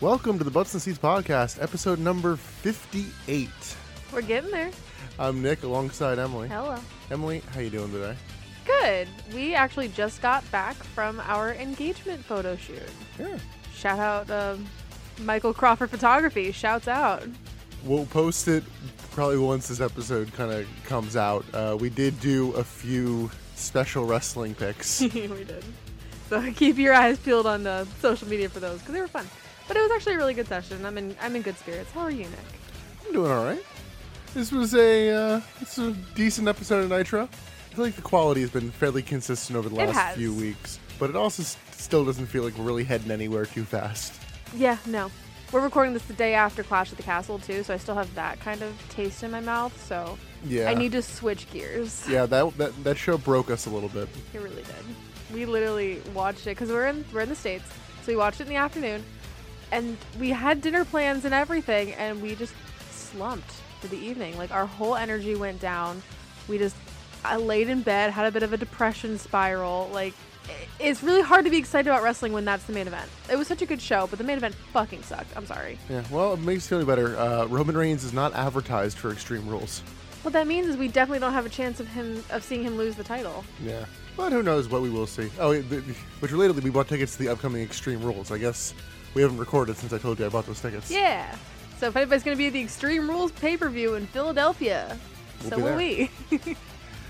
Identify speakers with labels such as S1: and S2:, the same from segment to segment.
S1: Welcome to the Butts and Seats podcast, episode number 58.
S2: We're getting there.
S1: I'm Nick alongside Emily.
S2: Hello.
S1: Emily, how you doing today?
S2: Good. We actually just got back from our engagement photo shoot.
S1: Yeah.
S2: Shout out um, Michael Crawford Photography. Shouts out.
S1: We'll post it probably once this episode kind of comes out. Uh, we did do a few special wrestling picks.
S2: we did. So keep your eyes peeled on the social media for those because they were fun. But it was actually a really good session. I'm in. I'm in good spirits. How are you, Nick?
S1: I'm doing all right. This was a uh, this was a decent episode of Nitro. I feel like the quality has been fairly consistent over the
S2: It
S1: last
S2: has.
S1: few weeks, but it also s- still doesn't feel like we're really heading anywhere too fast.
S2: Yeah. No. We're recording this the day after Clash of the Castle too, so I still have that kind of taste in my mouth. So
S1: Yeah.
S2: I need to switch gears.
S1: Yeah, that, that that show broke us a little bit.
S2: It really did. We literally watched it because we're in we're in the states, so we watched it in the afternoon, and we had dinner plans and everything, and we just slumped for the evening. Like our whole energy went down. We just I laid in bed, had a bit of a depression spiral. Like i- it's really hard to be excited about wrestling when that's the main event. It was such a good show, but the main event fucking sucked. I'm sorry.
S1: Yeah, well, it makes you feel better. Uh, Roman Reigns is not advertised for Extreme Rules.
S2: What that means is we definitely don't have a chance of him of seeing him lose the title.
S1: Yeah. But who knows what we will see. Oh, it- th- which relatedly, we bought tickets to the upcoming Extreme Rules. I guess we haven't recorded since I told you I bought those tickets.
S2: Yeah. So if anybody's going to be at the Extreme Rules pay per view in Philadelphia,
S1: We'll
S2: so
S1: be
S2: will
S1: there.
S2: we.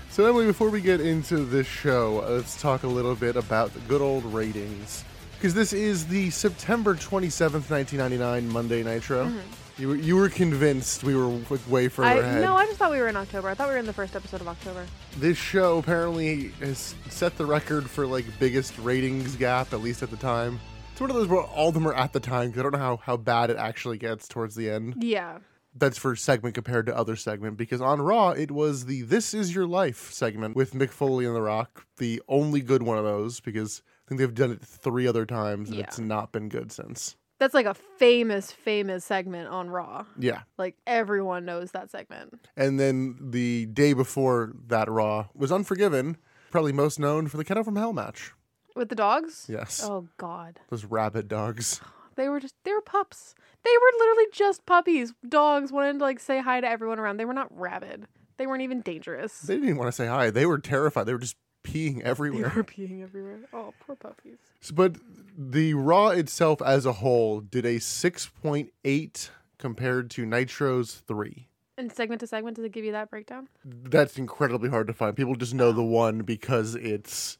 S1: So, Emily, before we get into this show, uh, let's talk a little bit about the good old ratings. Because this is the September 27th, 1999 Monday Nitro. You, were, you were convinced we were like, way further
S2: Mm-hmm. I,
S1: ahead.
S2: no, I just thought we were in October. I thought we were in the first episode of October.
S1: this show apparently has set the record for like biggest ratings gap at least at the time it's one of those where all of them are at the time 'cause i don't know how, how bad it actually gets towards the end
S2: Yeah.
S1: that's for segment compared to other segment because on raw it was the this is your life segment with mick foley and the rock the only good one of those because i think they've done it three other times and
S2: Yeah.
S1: it's not been good since
S2: That's like a famous, famous segment on Raw.
S1: yeah
S2: Like everyone knows that segment.
S1: and then the day before that raw was unforgiven probably most known for the kettle from hell match
S2: With the dogs?
S1: yes
S2: Oh, God.
S1: those rabid dogs
S2: They were just, they were pups. They were literally just puppies. Dogs wanted to like say hi to everyone around. They were not rabid. They weren't even dangerous.
S1: They didn't even want to say hi. They were terrified. They were just peeing
S2: They
S1: everywhere.
S2: were peeing everywhere. Oh, poor puppies.
S1: So- but the Raw itself as a whole did a 6.8 compared to Nitro's 3.
S2: And segment to segment, does it give you that breakdown?
S1: That's incredibly hard to find. People just know the one because it's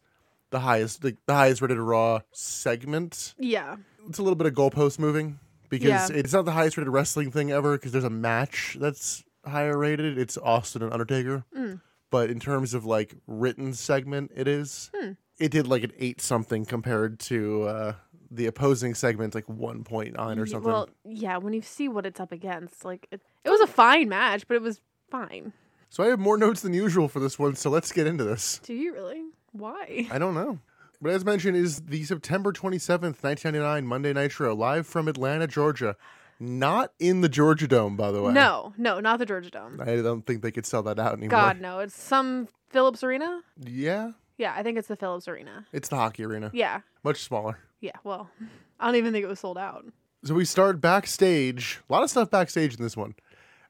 S1: the highest the, the highest rated Raw segment.
S2: Yeah.
S1: It's a little bit of goalpost moving because
S2: Yeah.
S1: it's not the highest rated wrestling thing ever because there's a match that's higher rated. It's Austin and Undertaker.
S2: Mm.
S1: but in terms of like written segment it is
S2: Hmm.
S1: it did like an 8 something compared to uh the opposing segment like 1.9 or
S2: Ye-
S1: something
S2: Well, yeah, when you see what it's up against, like it, it was a fine match, but it was fine.
S1: so i have more notes than usual for this one so let's get into this
S2: Do you really? Why?
S1: i don't know but as mentioned is the september 27th 1999 monday nitro live from atlanta georgia not in the georgia dome by the way
S2: No, no, not the Georgia Dome.
S1: i don't think they could sell that out anymore
S2: God, no. It's some Phillips Arena.
S1: yeah
S2: Yeah, I think it's the Phillips Arena.
S1: it's the hockey arena
S2: Yeah,
S1: much smaller
S2: yeah. Well, I don't even think it was sold out.
S1: So we start backstage. A lot of stuff backstage in this one.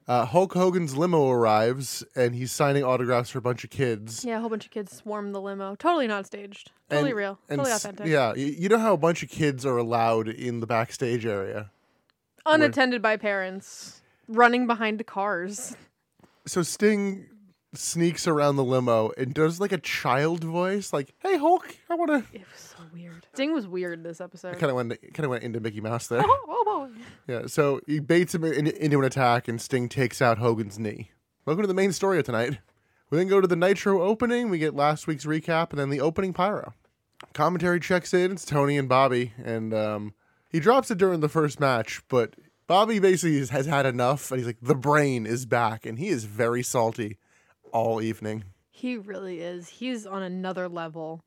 S1: Uh, Hulk Hogan's limo arrives and he's signing autographs for a bunch of kids.
S2: Yeah, a whole bunch of kids swarmed the limo. Totally not staged. Totally
S1: And-
S2: real.
S1: and
S2: Totally
S1: s-
S2: authentic.
S1: Yeah, y- you know how a bunch of kids are allowed in the backstage area.
S2: Unattended by parents. Running behind cars.
S1: So Sting sneaks around the limo and does like a child voice, like "Hey Hulk, I want to."
S2: It was so weird. Sting was weird this episode.
S1: Kind of went kind of went into Mickey Mouse there.
S2: oh, oh, oh.
S1: Yeah. So he baits him in, into an attack, and Sting takes out Hogan's knee. Welcome to the main story of tonight. We then go to the Nitro opening. We get last week's recap, and then the opening pyro. Commentary checks in. It's Tony and Bobby, and um, he drops it during the first match, but Bobby basically has, has had enough, and he's like, "The brain is back," and he is very salty all evening.
S2: He really is. He's on another level.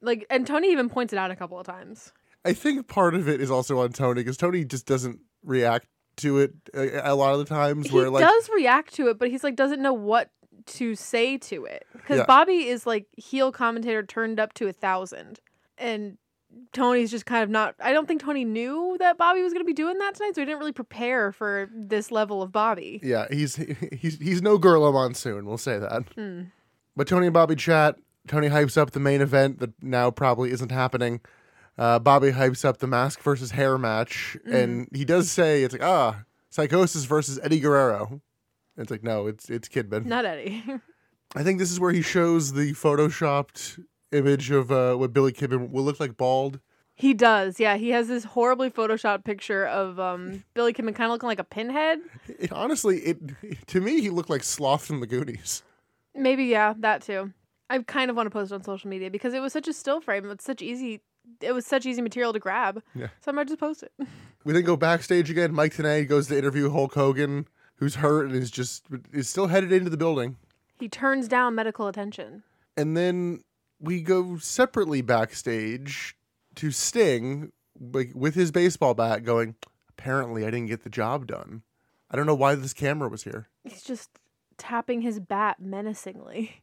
S2: Like, and Tony even points it out a couple of times.
S1: I think part of it is also on Tony because Tony just doesn't react to it a, a lot of the times.
S2: He
S1: where like
S2: does react to it, but he's like doesn't know what to say to it because
S1: Yeah.
S2: Bobby is like heel commentator turned up to a thousand, and Tony's just kind of not. I don't think Tony knew that Bobby was going to be doing that tonight, so he didn't really prepare for this level of Bobby.
S1: Yeah, he's he's he's no Gorilla Monsoon. We'll say that. But Tony and Bobby chat. Tony hypes up the main event that now probably isn't happening. Uh, Bobby hypes up the mask versus hair match, and he does say it's like ah, Psychosis versus Eddie Guerrero. And it's like no, it's it's Kidman.
S2: Not Eddie.
S1: I think this is where he shows the photoshopped image of uh, what Billy Kidman will look like bald.
S2: he does. Yeah, he has this horribly photoshopped picture of um, Billy Kidman kind of looking like a pinhead.
S1: It, honestly, it to me he looked like Sloth from the Goonies.
S2: Maybe yeah, that too. I kind of want to post it on social media because it was such a still frame. It's such easy. It was such easy material to grab.
S1: Yeah.
S2: So I might just post it.
S1: We then go backstage again. Mike Tenay goes to interview Hulk Hogan, who's hurt and is just is still headed into the building.
S2: He turns down medical attention.
S1: And then we go separately backstage to Sting, like with his baseball bat, going. Apparently, I didn't get the job done. I don't know why this camera was here.
S2: He's just tapping his bat menacingly.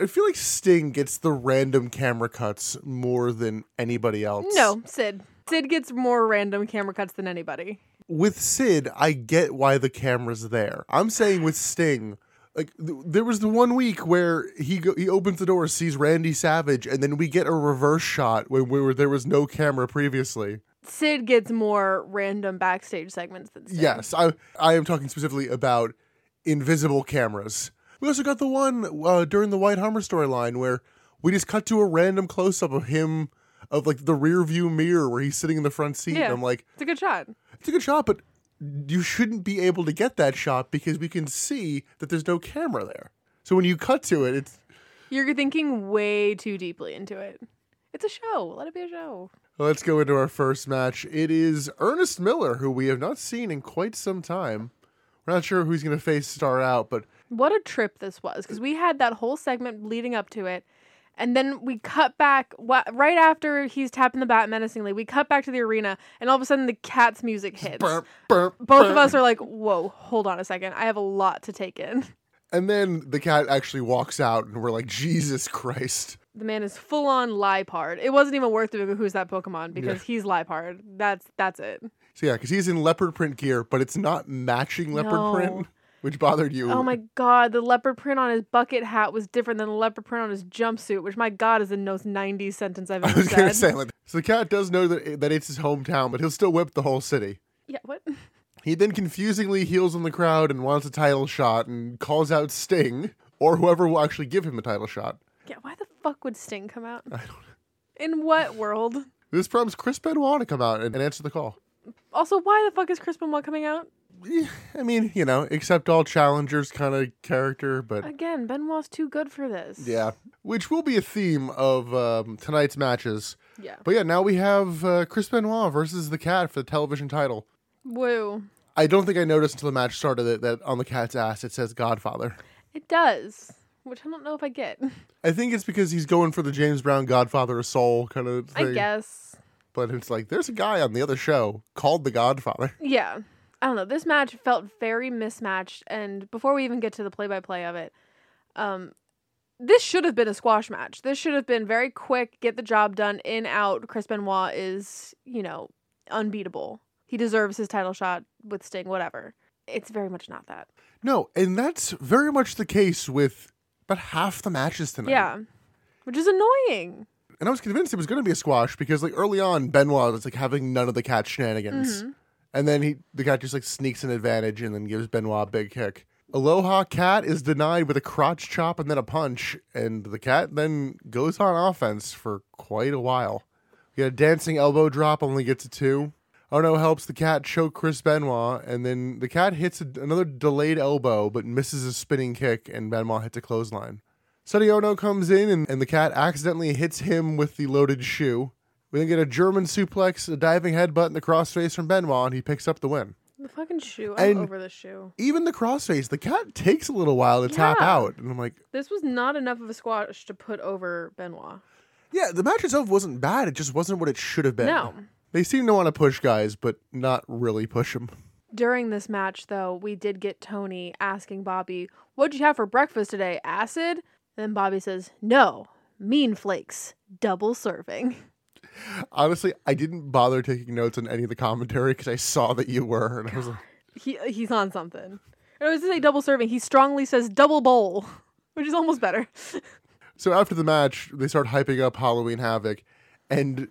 S1: I feel like Sting gets the random camera cuts more than anybody else.
S2: No, Sid. Sid gets more random camera cuts than anybody.
S1: with Sid, I get why the camera's there. I'm saying with Sting, like th- there was the one week where he go- he opens the door, sees Randy Savage, and then we get a reverse shot when we were there was no camera previously.
S2: Sid gets more random backstage segments than Sid.
S1: Yes, I I am talking specifically about invisible cameras. We also got the one uh, during the White Hammer storyline where we just cut to a random close up of him of like the rear view mirror where he's sitting in the front seat.
S2: Yeah.
S1: And I'm like,
S2: It's a good shot.
S1: It's a good shot, but you shouldn't be able to get that shot because we can see that there's no camera there. So when you cut to it, it's
S2: You're thinking way too deeply into it. It's a show. Let it be a show.
S1: let's go into our first match. It is Ernest Miller, who we have not seen in quite some time. We're not sure who he's going to face start out, but
S2: What a trip this was because we had that whole segment leading up to it. And then we cut back wha- right after he's tapping the bat menacingly. We cut back to the arena, and all of a sudden the cat's music hits.
S1: burp, burp,
S2: Both of
S1: burp.
S2: us are like, "Whoa, hold on a second! I have a lot to take in."
S1: And then the cat actually walks out, and we're like, Jesus Christ!
S2: The man is full on Liepard. It wasn't even worth doing a who's that Pokemon because he's Liepard. That's that's it.
S1: So yeah, because he's in leopard print gear, but it's not matching leopard
S2: No.
S1: print, which bothered you.
S2: Oh my god, the leopard print on his bucket hat was different than the leopard print on his jumpsuit, which my god is the most 90s sentence I've
S1: I
S2: ever
S1: was
S2: said.
S1: going to say, like, so the cat does know that that it's his hometown, but he'll still whip the whole city.
S2: Yeah, what?
S1: He then confusingly heals in the crowd and wants a title shot and calls out Sting or whoever will actually give him a title shot.
S2: Yeah, why the fuck would Sting come out? I don't know. In what world?
S1: This prompts Chris Benoit to come out and, and answer the call.
S2: Also, why the fuck is Chris Benoit coming out?
S1: Eh, I mean, you know, accept all challengers kind of character, but
S2: Again, Benoit's too good for this.
S1: yeah, which will be a theme of um, tonight's matches.
S2: Yeah.
S1: But yeah, now we have uh, Chris Benoit versus the Cat for the television title.
S2: Woo.
S1: I don't think I noticed until the match started that, that on the Cat's ass it says Godfather.
S2: It does, which I don't know if I get.
S1: I think it's because he's going for the James Brown Godfather of Soul kind of thing.
S2: I guess.
S1: but it's like there's a guy on the other show called the Godfather.
S2: Yeah. I don't know. This match felt very mismatched and before we even get to the play by play of it, um this should have been a squash match. This should have been very quick, get the job done, in out. Chris Benoit is, you know, unbeatable. He deserves his title shot with Sting, whatever. It's very much not that.
S1: No, and that's very much the case with about half the matches tonight.
S2: Yeah. Which is annoying.
S1: And I was convinced it was going to be a squash because like early on Benoit was like having none of the cat
S2: Mm-hmm.
S1: shenanigans. And then he the cat just like sneaks an advantage and then gives Benoit a big kick. Aloha Cat is denied with a crotch chop and then a punch, and the cat then goes on offense for quite a while. We got a dancing elbow drop, only gets a two. Ono helps the cat choke Chris Benoit, and then the cat hits a, another delayed elbow but misses a spinning kick, and Benoit hits a clothesline. Sonny Ono comes in, and, and the cat accidentally hits him with the loaded shoe. We then get a German suplex, a diving headbutt, and the crossface from Benoit, and he picks up the win.
S2: The fucking shoe. I'm
S1: And-
S2: over the shoe.
S1: Even the crossface, the cat takes a little while to tap
S2: Yeah.
S1: out, and I'm like,
S2: This was not enough of a squash to put over Benoit.
S1: yeah, the match itself wasn't bad. It just wasn't what it should have been.
S2: No.
S1: They seem to want to push guys, but not really push them.
S2: During this match, though, we did get Tony asking Bobby, What'd you have for breakfast today? Acid? And then Bobby says, No, mean flakes, double serving.
S1: Honestly, I didn't bother taking notes on any of the commentary because I saw that you were, and I was like,
S2: He he's on something. I was gonna say double serving. He strongly says double bowl, which is almost better.
S1: So after the match, they start hyping up Halloween Havoc, and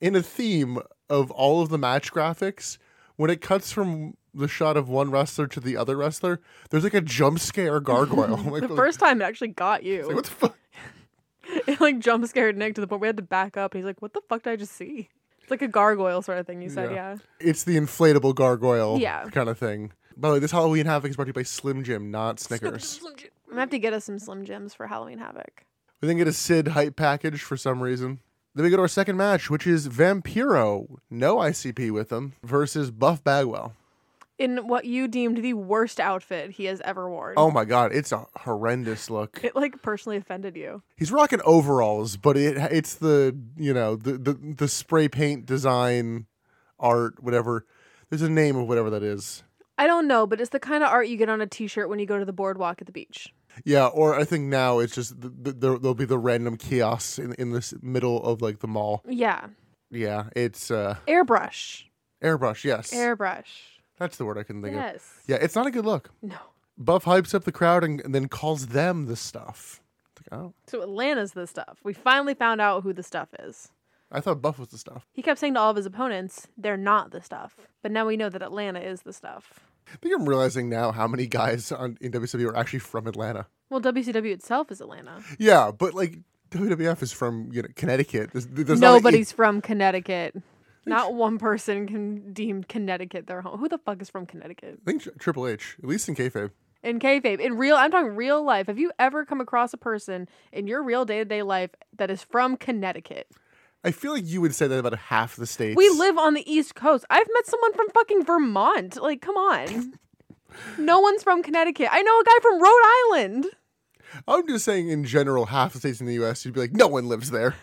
S1: in a theme of all of the match graphics, when it cuts from the shot of one wrestler to the other wrestler, there's like a jump scare gargoyle. like,
S2: the
S1: like,
S2: first time it actually got
S1: like,
S2: you,
S1: what the fuck?
S2: it like jump scared Nick to the point we had to back up. And he's like, "What the fuck did I just see?" It's like a gargoyle sort of thing. You said,
S1: Yeah.
S2: yeah.
S1: It's the inflatable gargoyle
S2: Yeah.
S1: kind of thing. By the way, this Halloween Havoc is brought to you by Slim Jim, not Snickers.
S2: I'm gonna have to get us some Slim Jims for Halloween Havoc.
S1: We then get a Sid hype package for some reason. Then we go to our second match, which is Vampiro, no ICP with him, versus Buff Bagwell.
S2: In what you deemed the worst outfit he has ever worn.
S1: Oh my god, it's a horrendous look.
S2: It like personally offended you.
S1: He's rocking overalls, but it it's the you know the the, the spray paint design, art whatever. There's a name of whatever that is.
S2: I don't know, but it's the kind of art you get on a T-shirt when you go to the boardwalk at the beach.
S1: Yeah, or I think now it's just the, the, there, there'll be the random kiosks in in this middle of like the mall.
S2: Yeah,
S1: Yeah, it's uh,
S2: airbrush,
S1: airbrush. Yes,
S2: airbrush.
S1: that's the word I can think of.
S2: Yes.
S1: Yeah, it's not a good look.
S2: No.
S1: Buff hypes up the crowd and, and then calls them the stuff. It's like, oh,
S2: So Atlanta's the stuff. We finally found out who the stuff is.
S1: I thought Buff was the stuff.
S2: He kept saying to all of his opponents, they're not the stuff. But now we know that Atlanta is the stuff.
S1: I think I'm realizing now how many guys on in WCW are actually from Atlanta.
S2: Well, WCW itself is Atlanta.
S1: Yeah, but like WWF is from you know Connecticut. There's, there's not a-
S2: Nobody's from Connecticut. Not one person can deem Connecticut their home. Who the fuck is from Connecticut?
S1: I think Tri- Triple H, at least in kayfabe.
S2: In kayfabe, in real, I'm talking real life. Have you ever come across a person in your real day to day life that is from Connecticut?
S1: I feel like you would say that about half the states.
S2: We live on the East Coast. I've met someone from fucking Vermont. Like, come on. no one's from Connecticut. I know a guy from Rhode Island.
S1: I'm just saying in general, half the states in the U.S. You'd be like, no one lives there.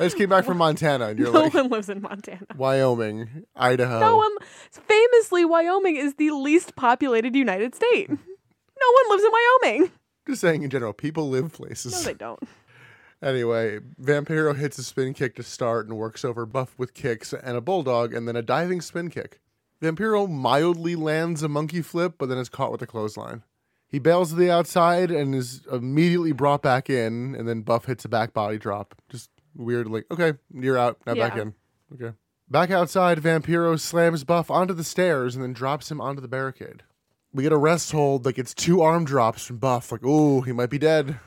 S1: I just came back from Montana, and you're
S2: No
S1: like
S2: one lives in Montana.
S1: Wyoming, Idaho.
S2: No one. Famously, Wyoming is the least populated United state. No one lives in Wyoming.
S1: Just saying in general, people live
S2: No,
S1: places.
S2: they don't.
S1: anyway, Vampiro hits a spin kick to start and works over Buff with kicks and a bulldog, and then a diving spin kick. Vampiro mildly lands a monkey flip, but then is caught with a clothesline. He bails to the outside and is immediately brought back in, and then Buff hits a back body drop. Just weird, like, okay, you're out, now back
S2: Yeah.
S1: in. Okay. Back outside, Vampiro slams Buff onto the stairs and then drops him onto the barricade. We get a rest hold that gets two arm drops from Buff, like, ooh, he might be dead.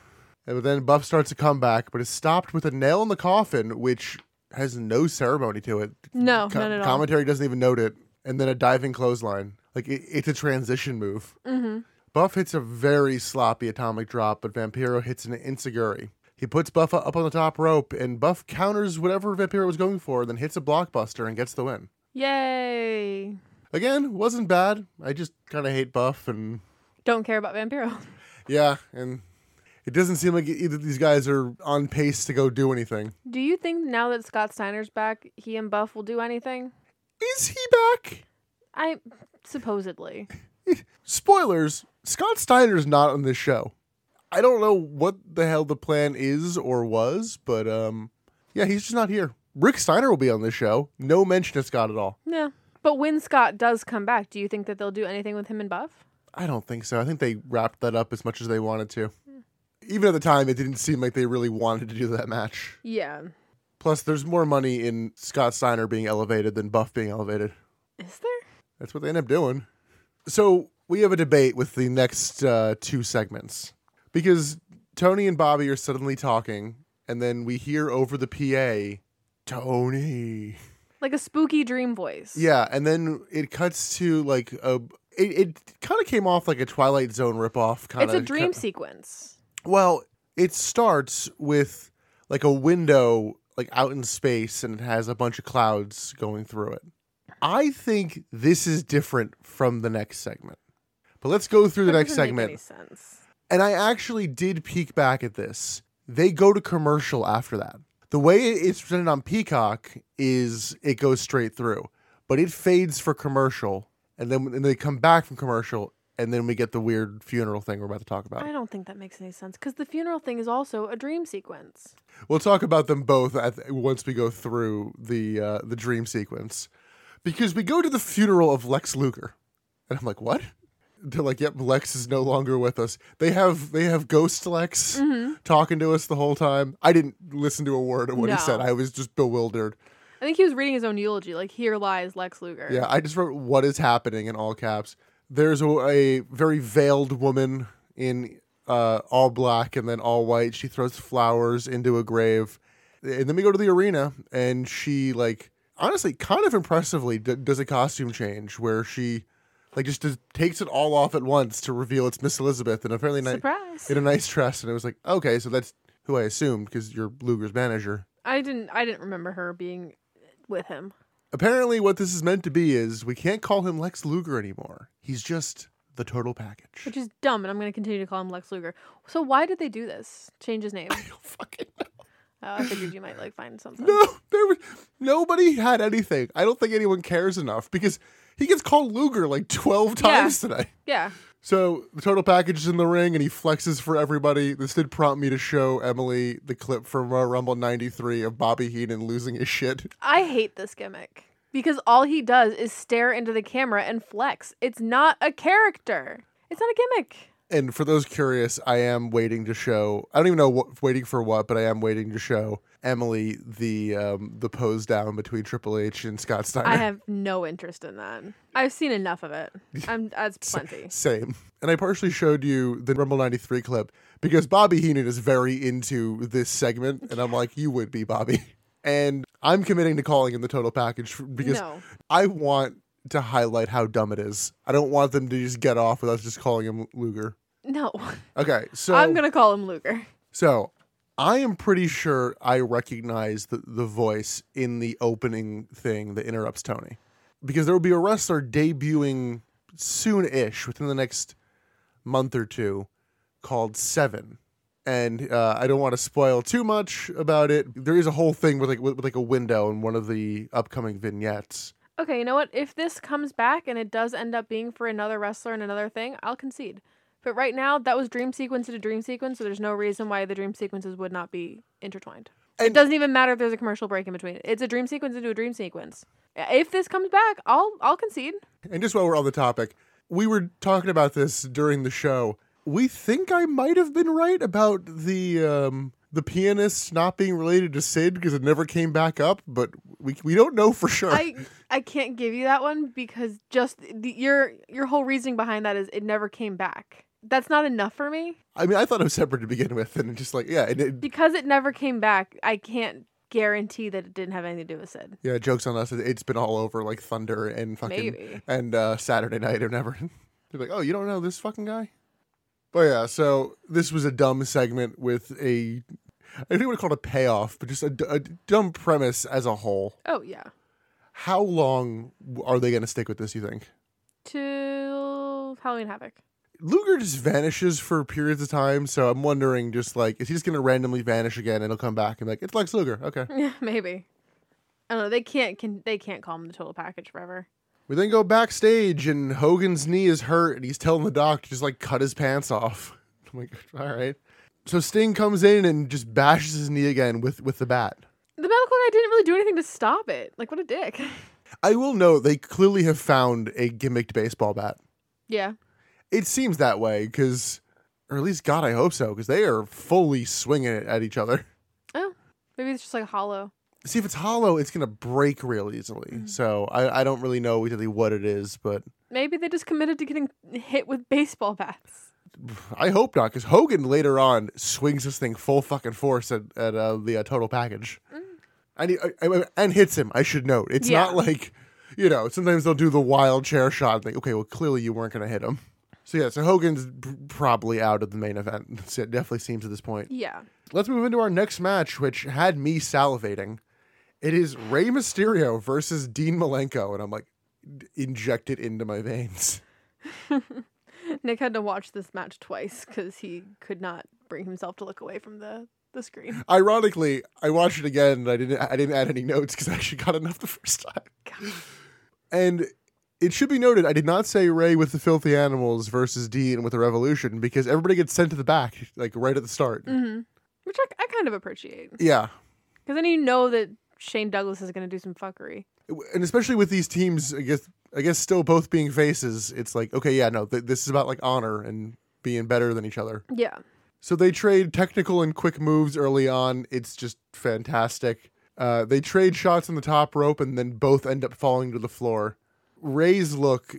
S1: And but then Buff starts a comeback, but is stopped with a nail in the coffin, which has no ceremony to it.
S2: No,
S1: Co-
S2: none Oh, at all.
S1: commentary doesn't even note it. And then a diving clothesline. Like it, it's a transition move.
S2: Mhm.
S1: Buff hits a very sloppy atomic drop, but Vampiro hits an insiguri. He puts Buff up on the top rope, and Buff counters whatever Vampiro was going for, then hits a blockbuster and gets the win.
S2: Yay.
S1: Again, wasn't bad. I just kind of hate Buff, and
S2: Don't care about Vampiro.
S1: yeah, and it doesn't seem like either of these guys are on pace to go do anything.
S2: Do you think now that Scott Steiner's back, he and Buff will do anything?
S1: Is he back?
S2: I supposedly.
S1: spoilers scott steiner's not on this show i don't know what the hell the plan is or was but um yeah he's just not here rick steiner will be on this show no mention of scott at all
S2: Yeah. But when Scott does come back, do you think that they'll do anything with him and Buff?
S1: i don't think so i think they wrapped that up as much as they wanted to even at the time it didn't seem like they really wanted to do that match
S2: Yeah.
S1: plus there's more money in scott steiner being elevated than buff being elevated
S2: Is there?
S1: That's what they end up doing. So we have a debate with the next uh, two segments because Tony and Bobby are suddenly talking, and then we hear over the PA, Tony.
S2: Like a spooky dream voice.
S1: Yeah, and then it cuts to like a. It, it kind of came off like a Twilight Zone ripoff. Kind
S2: It's
S1: of
S2: a dream sequence.
S1: well, it starts with like a window like out in space and it has a bunch of clouds going through it. I think this is different from the next segment. But let's go through the
S2: That
S1: next
S2: doesn't make any
S1: segment.
S2: sense.
S1: And I actually did peek back at this. They go to commercial after that. The way it- it's presented on Peacock is it goes straight through, but it fades for commercial and then when they come back from commercial and then we get the weird funeral thing we're about to talk about.
S2: I don't think that makes any sense because the funeral thing is also a dream sequence.
S1: We'll talk about them both at, once we go through the uh, the dream sequence, because we go to the funeral of Lex Luger, and I'm like, what? They're like, yep, Lex is no longer with us. They have they have Ghost Lex talking to us the whole time. I didn't listen to a word of what he
S2: No.
S1: said. I was just bewildered.
S2: I think he was reading his own eulogy, like "Here lies Lex Luger."
S1: Yeah, I just wrote what is happening in all caps. There's a, a very veiled woman in uh, all black and then all white. She throws flowers into a grave, and then we go to the arena, and she like honestly kind of impressively d- does a costume change where she like just does, takes it all off at once to reveal it's Miss Elizabeth and apparently ni-
S2: Surprise!
S1: in a nice dress, and it was like okay, so that's who I assumed because you're Luger's manager.
S2: I didn't. I didn't remember her being with him.
S1: Apparently, what this is meant to be is we can't call him Lex Luger anymore. He's just the total package.
S2: which is dumb, and I'm going to continue to call him Lex Luger. So why did they do this? Change his name?
S1: I don't fucking know.
S2: Oh, I figured you might like find something.
S1: No, there was nobody had anything. I don't think anyone cares enough because he gets called Luger like twelve
S2: Yeah.
S1: times today.
S2: Yeah,
S1: So the total package is in the ring, and he flexes for everybody. This did prompt me to show Emily the clip from uh, Rumble '93 of Bobby Heenan losing his shit.
S2: I hate this gimmick because all he does is stare into the camera and flex. It's not a character. It's not a gimmick.
S1: and for those curious, I am waiting to show. I don't even know what waiting for what, but I am waiting to show Emily the um, the pose down between Triple H and Scott Steiner.
S2: I have no interest in that. I've seen enough of it. I'm that's plenty.
S1: Same. And I partially showed you the Rumble '93 clip because Bobby Heenan is very into this segment, and I'm like, you would be Bobby, and I'm committing to calling him the total package f- because
S2: No.
S1: I want to highlight how dumb it is. I don't want them to just get off with us just calling him Luger.
S2: No.
S1: Okay, so
S2: I'm going to call him Luger.
S1: So I am pretty sure I recognize the, the voice in the opening thing that interrupts Tony because there will be a wrestler debuting soon ish within the next month or two called Seven. And uh, I don't want to spoil too much about it. There is a whole thing with like with, with like a window in one of the upcoming vignettes.
S2: Okay, you know what? If this comes back and it does end up being for another wrestler and another thing, I'll concede. But right now, that was dream sequence into dream sequence, so there's no reason why the dream sequences would not be intertwined.
S1: And-
S2: it doesn't even matter if there's a commercial break in between. It's a dream sequence into a dream sequence. If this comes back, I'll I'll concede.
S1: And just while we're on the topic, we were talking about this during the show. We think I might have been right about the um, the pianist not being related to Sid because it never came back up, but we we don't know for sure.
S2: I I can't give you that one because just the, your your whole reasoning behind that is it never came back. That's not enough for me
S1: I mean, I thought it was separate to begin with, and just like yeah, and it,
S2: because it never came back. I can't guarantee that it didn't have anything to do with Sid.
S1: yeah, jokes on us. It's been all over like thunder and fucking
S2: Maybe.
S1: and uh, Saturday night or never. They're like, oh, you don't know this fucking guy. But yeah, so this was a dumb segment with a I don't even want to call it a payoff, but just a, d- a dumb premise as a whole.
S2: Oh yeah.
S1: How long w- are they going to stick with this, you think?
S2: to Halloween Havoc.
S1: Luger just vanishes for periods of time, so I'm wondering just like, is he just going to randomly vanish again and he'll come back and be like, it's Lex Luger. Okay.
S2: Yeah, maybe. I don't know. They can't can they can't call him the total package forever.
S1: We then go backstage and Hogan's knee is hurt and he's telling the doc to just like cut his pants off. I'm like, all right. So Sting comes in and just bashes his knee again with, with the bat.
S2: The medical guy didn't really do anything to stop it. Like what a dick.
S1: I will note they clearly have found a gimmicked baseball bat.
S2: yeah.
S1: It seems that way because, or at least God, I hope so, because they are fully swinging it at each other.
S2: Oh, maybe it's just like hollow.
S1: See, if it's hollow, it's gonna break real easily. So I, I don't really know exactly what it is, but
S2: Maybe they just committed to getting hit with baseball bats.
S1: I hope not, because Hogan later on swings this thing full fucking force at, at uh, the uh, total package, and, he, uh, I, I- and hits him. I should note, it's
S2: Yeah.
S1: not like you know. Sometimes they'll do the wild chair shot. Like, okay, well, clearly you weren't gonna hit him. So yeah, so Hogan's p- probably out of the main event. It definitely seems at this point.
S2: Yeah.
S1: Let's move into our next match, which had me salivating. It is Rey Mysterio versus Dean Malenko, and I'm like, d- inject it into my veins.
S2: Nick had to watch this match twice because he could not bring himself to look away from the the screen.
S1: Ironically, I watched it again, and I didn't, I didn't add any notes because I actually got enough the first time.
S2: God.
S1: And It should be noted, I did not say Ray with the Filthy Animals versus Dean with the Revolution because everybody gets sent to the back, like right at the start.
S2: Mm-hmm. Which I, I kind of appreciate.
S1: Yeah.
S2: Because then you know that Shane Douglas is going to do some fuckery.
S1: And especially with these teams, I guess, I guess still both being faces, it's like, okay, yeah, no, th- this is about like honor and being better than each other.
S2: Yeah.
S1: So they trade technical and quick moves early on. It's just fantastic. Uh, they trade shots on the top rope and then both end up falling to the floor. Ray's look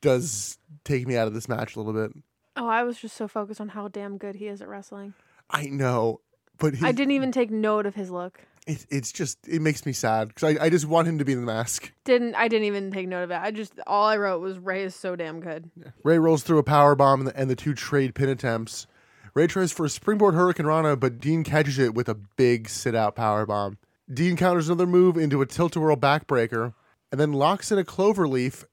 S1: does take me out of this match a little bit.
S2: Oh, I was just so focused on how damn good he is at wrestling.
S1: I know, but
S2: I
S1: his-
S2: didn't even take note of his look.
S1: it, it's just, it makes me sad because I, I just want him to be in the mask.
S2: Didn't I didn't even take note of it. I just all I wrote was Ray is so damn good.
S1: Ray rolls through a power bomb and the, and the two trade pin attempts. Ray tries for a springboard hurricane rana, but Dean catches it with a big sit out power bomb. Dean counters another move into a tilt a whirl backbreaker, and then locks in a clover leaf,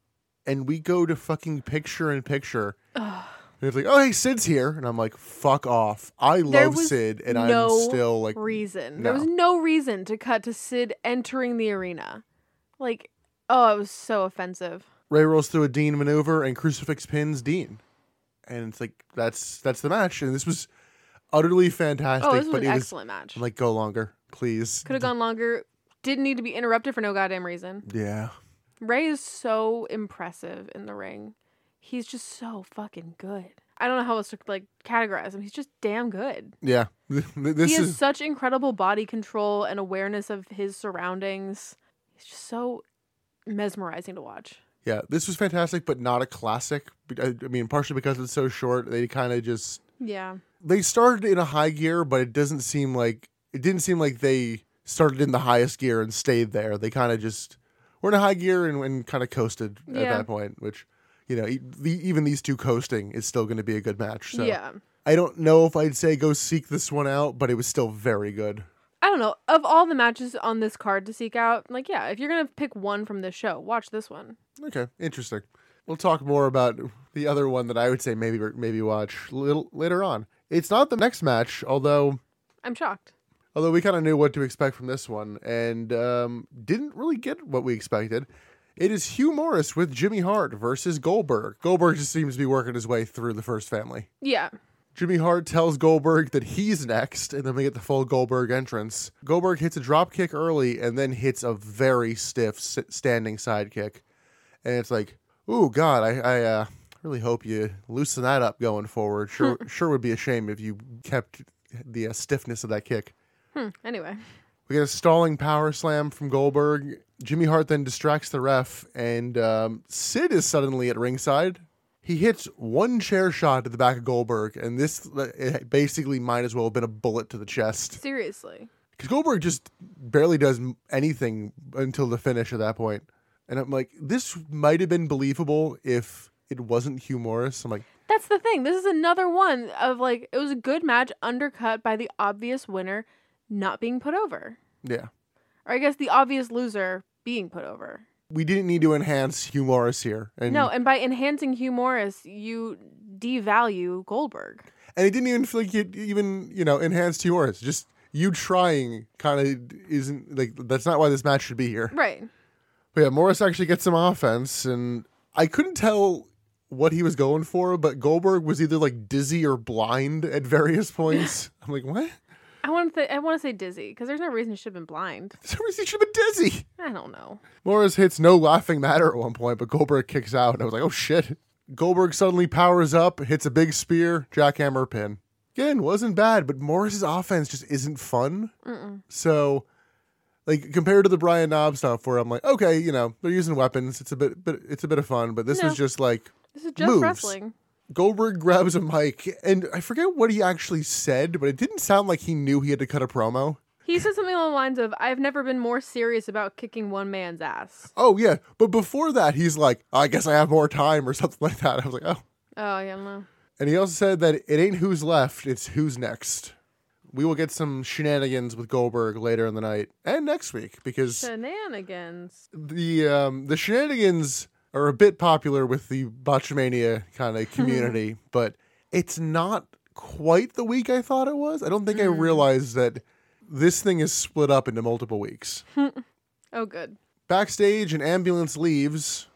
S1: and we go to fucking picture in picture. And it's like, oh hey, Sid's here, and I'm like, fuck off. I
S2: There
S1: love
S2: was
S1: Sid, and
S2: no
S1: I'm still like,
S2: Reason.
S1: no.
S2: There was no reason to cut to Sid entering the arena. Like, oh, it was so offensive.
S1: Ray rolls through a Dean maneuver and crucifix pins Dean, and it's like that's that's the match, and this was utterly fantastic,
S2: Oh, this was
S1: but
S2: an
S1: it was
S2: excellent match.
S1: I'm like, go longer, please.
S2: Could have gone longer. Didn't need to be interrupted for no goddamn reason.
S1: Yeah.
S2: Ray is so impressive in the ring. He's just so fucking good. I don't know how else to like categorize him. He's just damn good.
S1: Yeah. Th- This
S2: he has
S1: is
S2: such incredible body control and awareness of his surroundings. He's just so mesmerizing to watch.
S1: yeah, this was fantastic, but not a classic. Be- I I mean, partially because it's so short, they kind of just
S2: Yeah.
S1: they started in a high gear, but it doesn't seem like it didn't seem like they started in the highest gear and stayed there. They kind of just were in a high gear and, and kind of coasted at
S2: Yeah.
S1: that point, which you know, e- the, even these two coasting is still going to be a good match. So
S2: Yeah.
S1: I don't know if I'd say go seek this one out, but it was still very good.
S2: I don't know. Of all the matches on this card to seek out, like yeah, if you're going to pick one from this show, watch this one.
S1: Okay, interesting. We'll talk more about the other one that I would say maybe maybe watch little later on. It's not the next match, although
S2: I'm shocked.
S1: although we kind of knew what to expect from this one and um, didn't really get what we expected. It is Hugh Morris with Jimmy Hart versus Goldberg. Goldberg just seems to be working his way through the first family.
S2: Yeah.
S1: Jimmy Hart tells Goldberg that he's next, and then we get the full Goldberg entrance. Goldberg hits a drop kick early, and then hits a very stiff s- standing sidekick, and it's like, "Ooh, God, I, I uh, really hope you loosen that up going forward. Sure, sure would be a shame if you kept the uh, stiffness of that kick."
S2: Hmm. Anyway.
S1: We get a stalling power slam from Goldberg. Jimmy Hart then distracts the ref, and um, Sid is suddenly at ringside. He hits one chair shot at the back of Goldberg, and this uh, it basically might as well have been a bullet to the chest.
S2: Seriously.
S1: Because Goldberg just barely does m- anything until the finish at that point. And I'm like, this might have been believable if it wasn't Hugh Morris. I'm like,
S2: That's the thing. This is another one of like it was a good match undercut by the obvious winner not being put over.
S1: yeah.
S2: Or I guess the obvious loser being put over.
S1: We didn't need to enhance Hugh Morris here. And
S2: No, and by enhancing Hugh Morris, you devalue Goldberg.
S1: and it didn't even feel like it even you know enhanced yours. Just you trying kind of isn't like that's not why this match should be here.
S2: Right.
S1: But yeah, Morris actually gets some offense, and I couldn't tell what he was going for, but Goldberg was either like dizzy or blind at various points. I'm like, what?
S2: I want to. I want to say dizzy because there's no reason he should have been blind.
S1: For some reason he should have been dizzy.
S2: I don't know.
S1: Morris hits no laughing matter at one point, but Goldberg kicks out, and I was like, oh shit. Goldberg suddenly powers up, hits a big spear, jackhammer pin. Again, wasn't bad, but Morris's offense just isn't fun.
S2: Mm-mm.
S1: So, like compared to the Brian Knob stuff, where I'm like, okay, you know, they're using weapons. It's a bit, but it's a bit of fun. But this
S2: No.
S1: was just like
S2: This is just
S1: Moves.
S2: wrestling.
S1: Goldberg grabs a mic, and I forget what he actually said, but it didn't sound like he knew he had to cut a promo.
S2: He said something along the lines of, "I've never been more serious about kicking one man's ass."
S1: Oh yeah, but before that, he's like, I guess I have more time or something like that. I was like, oh.
S2: Oh yeah, no.
S1: And he also said that it ain't who's left, it's who's next. We will get some shenanigans with Goldberg later in the night and next week because
S2: Shenanigans.
S1: the um, the shenanigans are a bit popular with the botchamania kind of community, but it's not quite the week I thought it was. I don't think I
S2: Mm.
S1: realized that this thing is split up into multiple weeks.
S2: Oh good.
S1: Backstage, an ambulance leaves.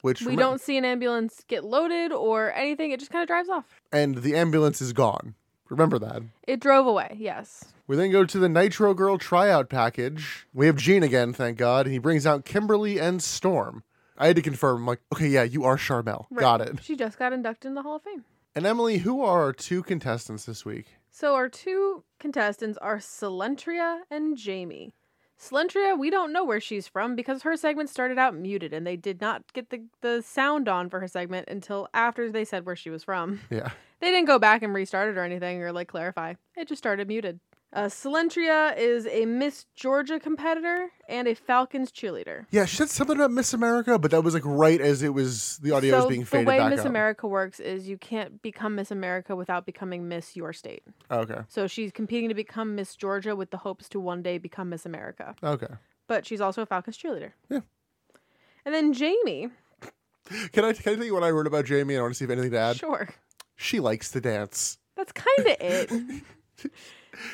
S1: Which
S2: We
S1: remem-
S2: don't see an ambulance get loaded or anything. It just kind of drives off.
S1: and the ambulance is gone. Remember that.
S2: It drove away. Yes.
S1: We then go to the Nitro Girl tryout package. We have Gene again, thank God, and he brings out Kimberly and Storm. I had to confirm, like, okay, yeah, you are Charmel.
S2: Right.
S1: Got it.
S2: She just got inducted in the Hall of Fame.
S1: And Emily, who are our two contestants this week?
S2: So our two contestants are Celentria and Jamie. Celentria, we don't know where she's from because her segment started out muted and they did not get the, the sound on for her segment until after they said where she was from.
S1: Yeah.
S2: They didn't go back and restart it or anything or like clarify. It just started muted. Uh, Celentria is a Miss Georgia competitor and a Falcons cheerleader.
S1: Yeah, she said something about Miss America, but that was like right as it was the audio was
S2: so
S1: being
S2: the
S1: faded
S2: way
S1: back
S2: Miss
S1: up.
S2: America works is you can't become Miss America without becoming Miss Your State.
S1: Okay.
S2: So she's competing to become Miss Georgia with the hopes to one day become Miss America.
S1: Okay.
S2: But she's also a Falcons cheerleader.
S1: Yeah.
S2: And then Jamie,
S1: Can I, can I tell you what I wrote about Jamie? I want to see if anything to add.
S2: sure.
S1: She likes to dance.
S2: That's kind of it.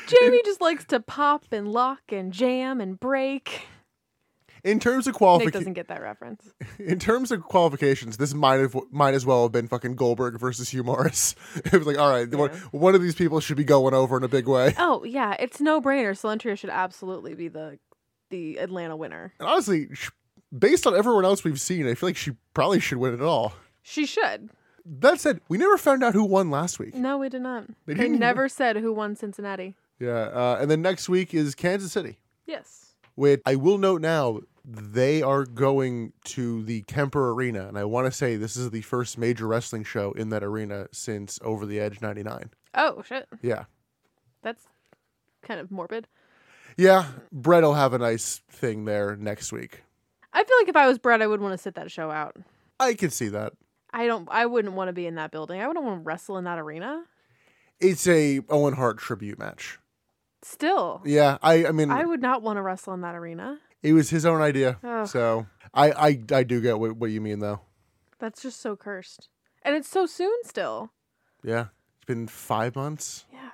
S2: Jamie just likes to pop and lock and jam and break.
S1: In terms of
S2: Nick
S1: qualifications,
S2: doesn't get that reference.
S1: in terms of qualifications, this might have might as well have been fucking Goldberg versus Hugh Morris. it was like, all right, one,
S2: Yeah.
S1: one of these people should be going over in a big way.
S2: Oh yeah, it's no brainer. Celentria should absolutely be the the Atlanta winner.
S1: And honestly, sh- based on everyone else we've seen, I feel like she probably should win it all.
S2: She should.
S1: That said, we never found out who won last week.
S2: No, we did not.
S1: They
S2: They,
S1: didn't even-
S2: never said who won Cincinnati.
S1: Yeah, uh, and then next week is Kansas City,
S2: Yes.
S1: which I will note now they are going to the Kemper Arena, and I want to say this is the first major wrestling show in that arena since Over the Edge '99.
S2: Oh shit,
S1: Yeah,
S2: that's kind of morbid.
S1: yeah, Brett'll have a nice thing there next week.
S2: I feel like if I was Brett, I would want to sit that show out.
S1: I can see that.
S2: I don't. I wouldn't want to be in that building. I wouldn't want to wrestle in that arena.
S1: It's a Owen Hart tribute match.
S2: Still,
S1: Yeah, I I mean
S2: I would not want to wrestle in that arena.
S1: it was his own idea.
S2: Ugh.
S1: So I I I do get what, what you mean though.
S2: That's just so cursed, and it's so soon still.
S1: Yeah. It's been 5 months.
S2: Yeah.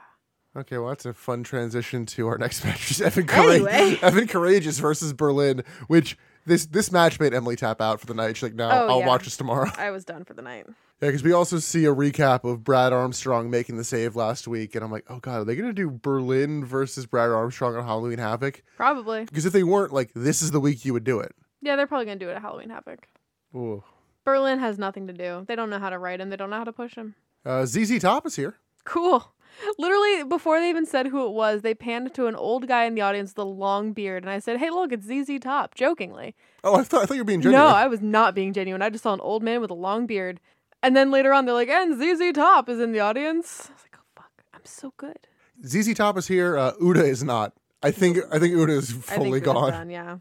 S1: Okay, well that's a fun transition to our next match. which is Evan Courage
S2: Anyway.
S1: Evan Courageous versus Berlin, which this this match made Emily tap out for the night. She's like, "No,
S2: Oh,
S1: I'll
S2: yeah.
S1: watch this tomorrow."
S2: I was done for the night.
S1: Yeah, cuz we also see a recap of Brad Armstrong making the save last week and I'm like, "Oh god, are they going to do Berlin versus Brad Armstrong on Halloween Havoc?"
S2: Probably.
S1: Because if they weren't, like, this is the week you would do it.
S2: Yeah, they're probably gonna do it at Halloween Havoc.
S1: Ooh.
S2: Berlin has nothing to do. They don't know how to write him. They don't know how to push him.
S1: Uh, ZZ Top is here.
S2: Cool. Literally, before they even said who it was, they panned to an old guy in the audience with a long beard, and I said, "Hey, look, it's ZZ Top." Jokingly.
S1: Oh, I thought I thought you were being genuine.
S2: No, I was not being genuine. I just saw an old man with a long beard, and then later on, they're like, "And ZZ Top is in the audience." I was like, "Oh fuck, I'm so good."
S1: ZZ Top is here. Uh, Uda is not. I think I think Uda is
S2: I think
S1: fully
S2: we would've
S1: gone.
S2: done, yeah.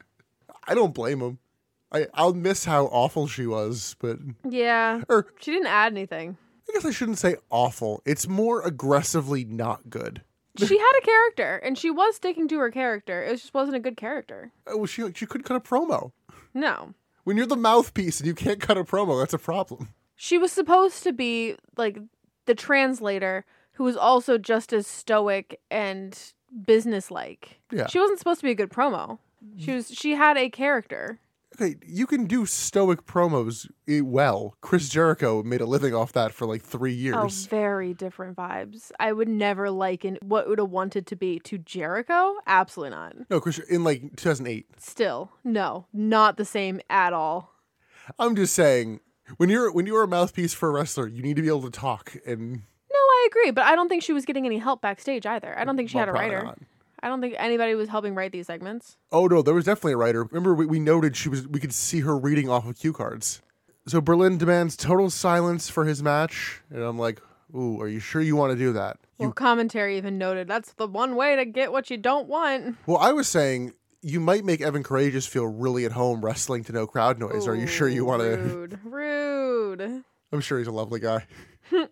S1: I don't blame him. I I'll miss how awful she was, but
S2: Yeah.
S1: or
S2: She didn't add anything.
S1: I guess I shouldn't say awful. It's more aggressively not good.
S2: She had a character, and she was sticking to her character. It just wasn't a good character.
S1: Oh, Well, she she could cut a promo.
S2: No.
S1: When you're the mouthpiece and you can't cut a promo, that's a problem.
S2: She was supposed to be like the translator who was also just as stoic and businesslike.
S1: Yeah.
S2: She wasn't supposed to be a good promo. She was she had a character.
S1: Okay, you can do stoic promos eh, well. Chris Jericho made a living off that for like three
S2: Oh,
S1: years.
S2: very different vibes. I would never liken what Uda wanted to be to Jericho. Absolutely not.
S1: No, Chris in like 2008.
S2: Still, no, not the same at all.
S1: I'm just saying, when you're when you're a mouthpiece for a wrestler, you need to be able to talk. And
S2: No, I agree, but I don't think she was getting any help backstage either. I don't think she
S1: Well,
S2: had a
S1: probably
S2: writer.
S1: not.
S2: I don't think anybody was helping write these segments.
S1: Oh no, there was definitely a writer. Remember, we, we noted she was. We could see her reading off of cue cards. So Berlin demands total silence for his match, and I'm like, "Ooh, are you sure you want to do that?"
S2: Well, commentary even noted that's the one way to get what you don't want.
S1: Well, I was saying you might make Evan Courageous feel really at home wrestling to no crowd noise. are you sure you
S2: Ooh,
S1: want to?
S2: Rude, rude.
S1: I'm sure he's a lovely guy.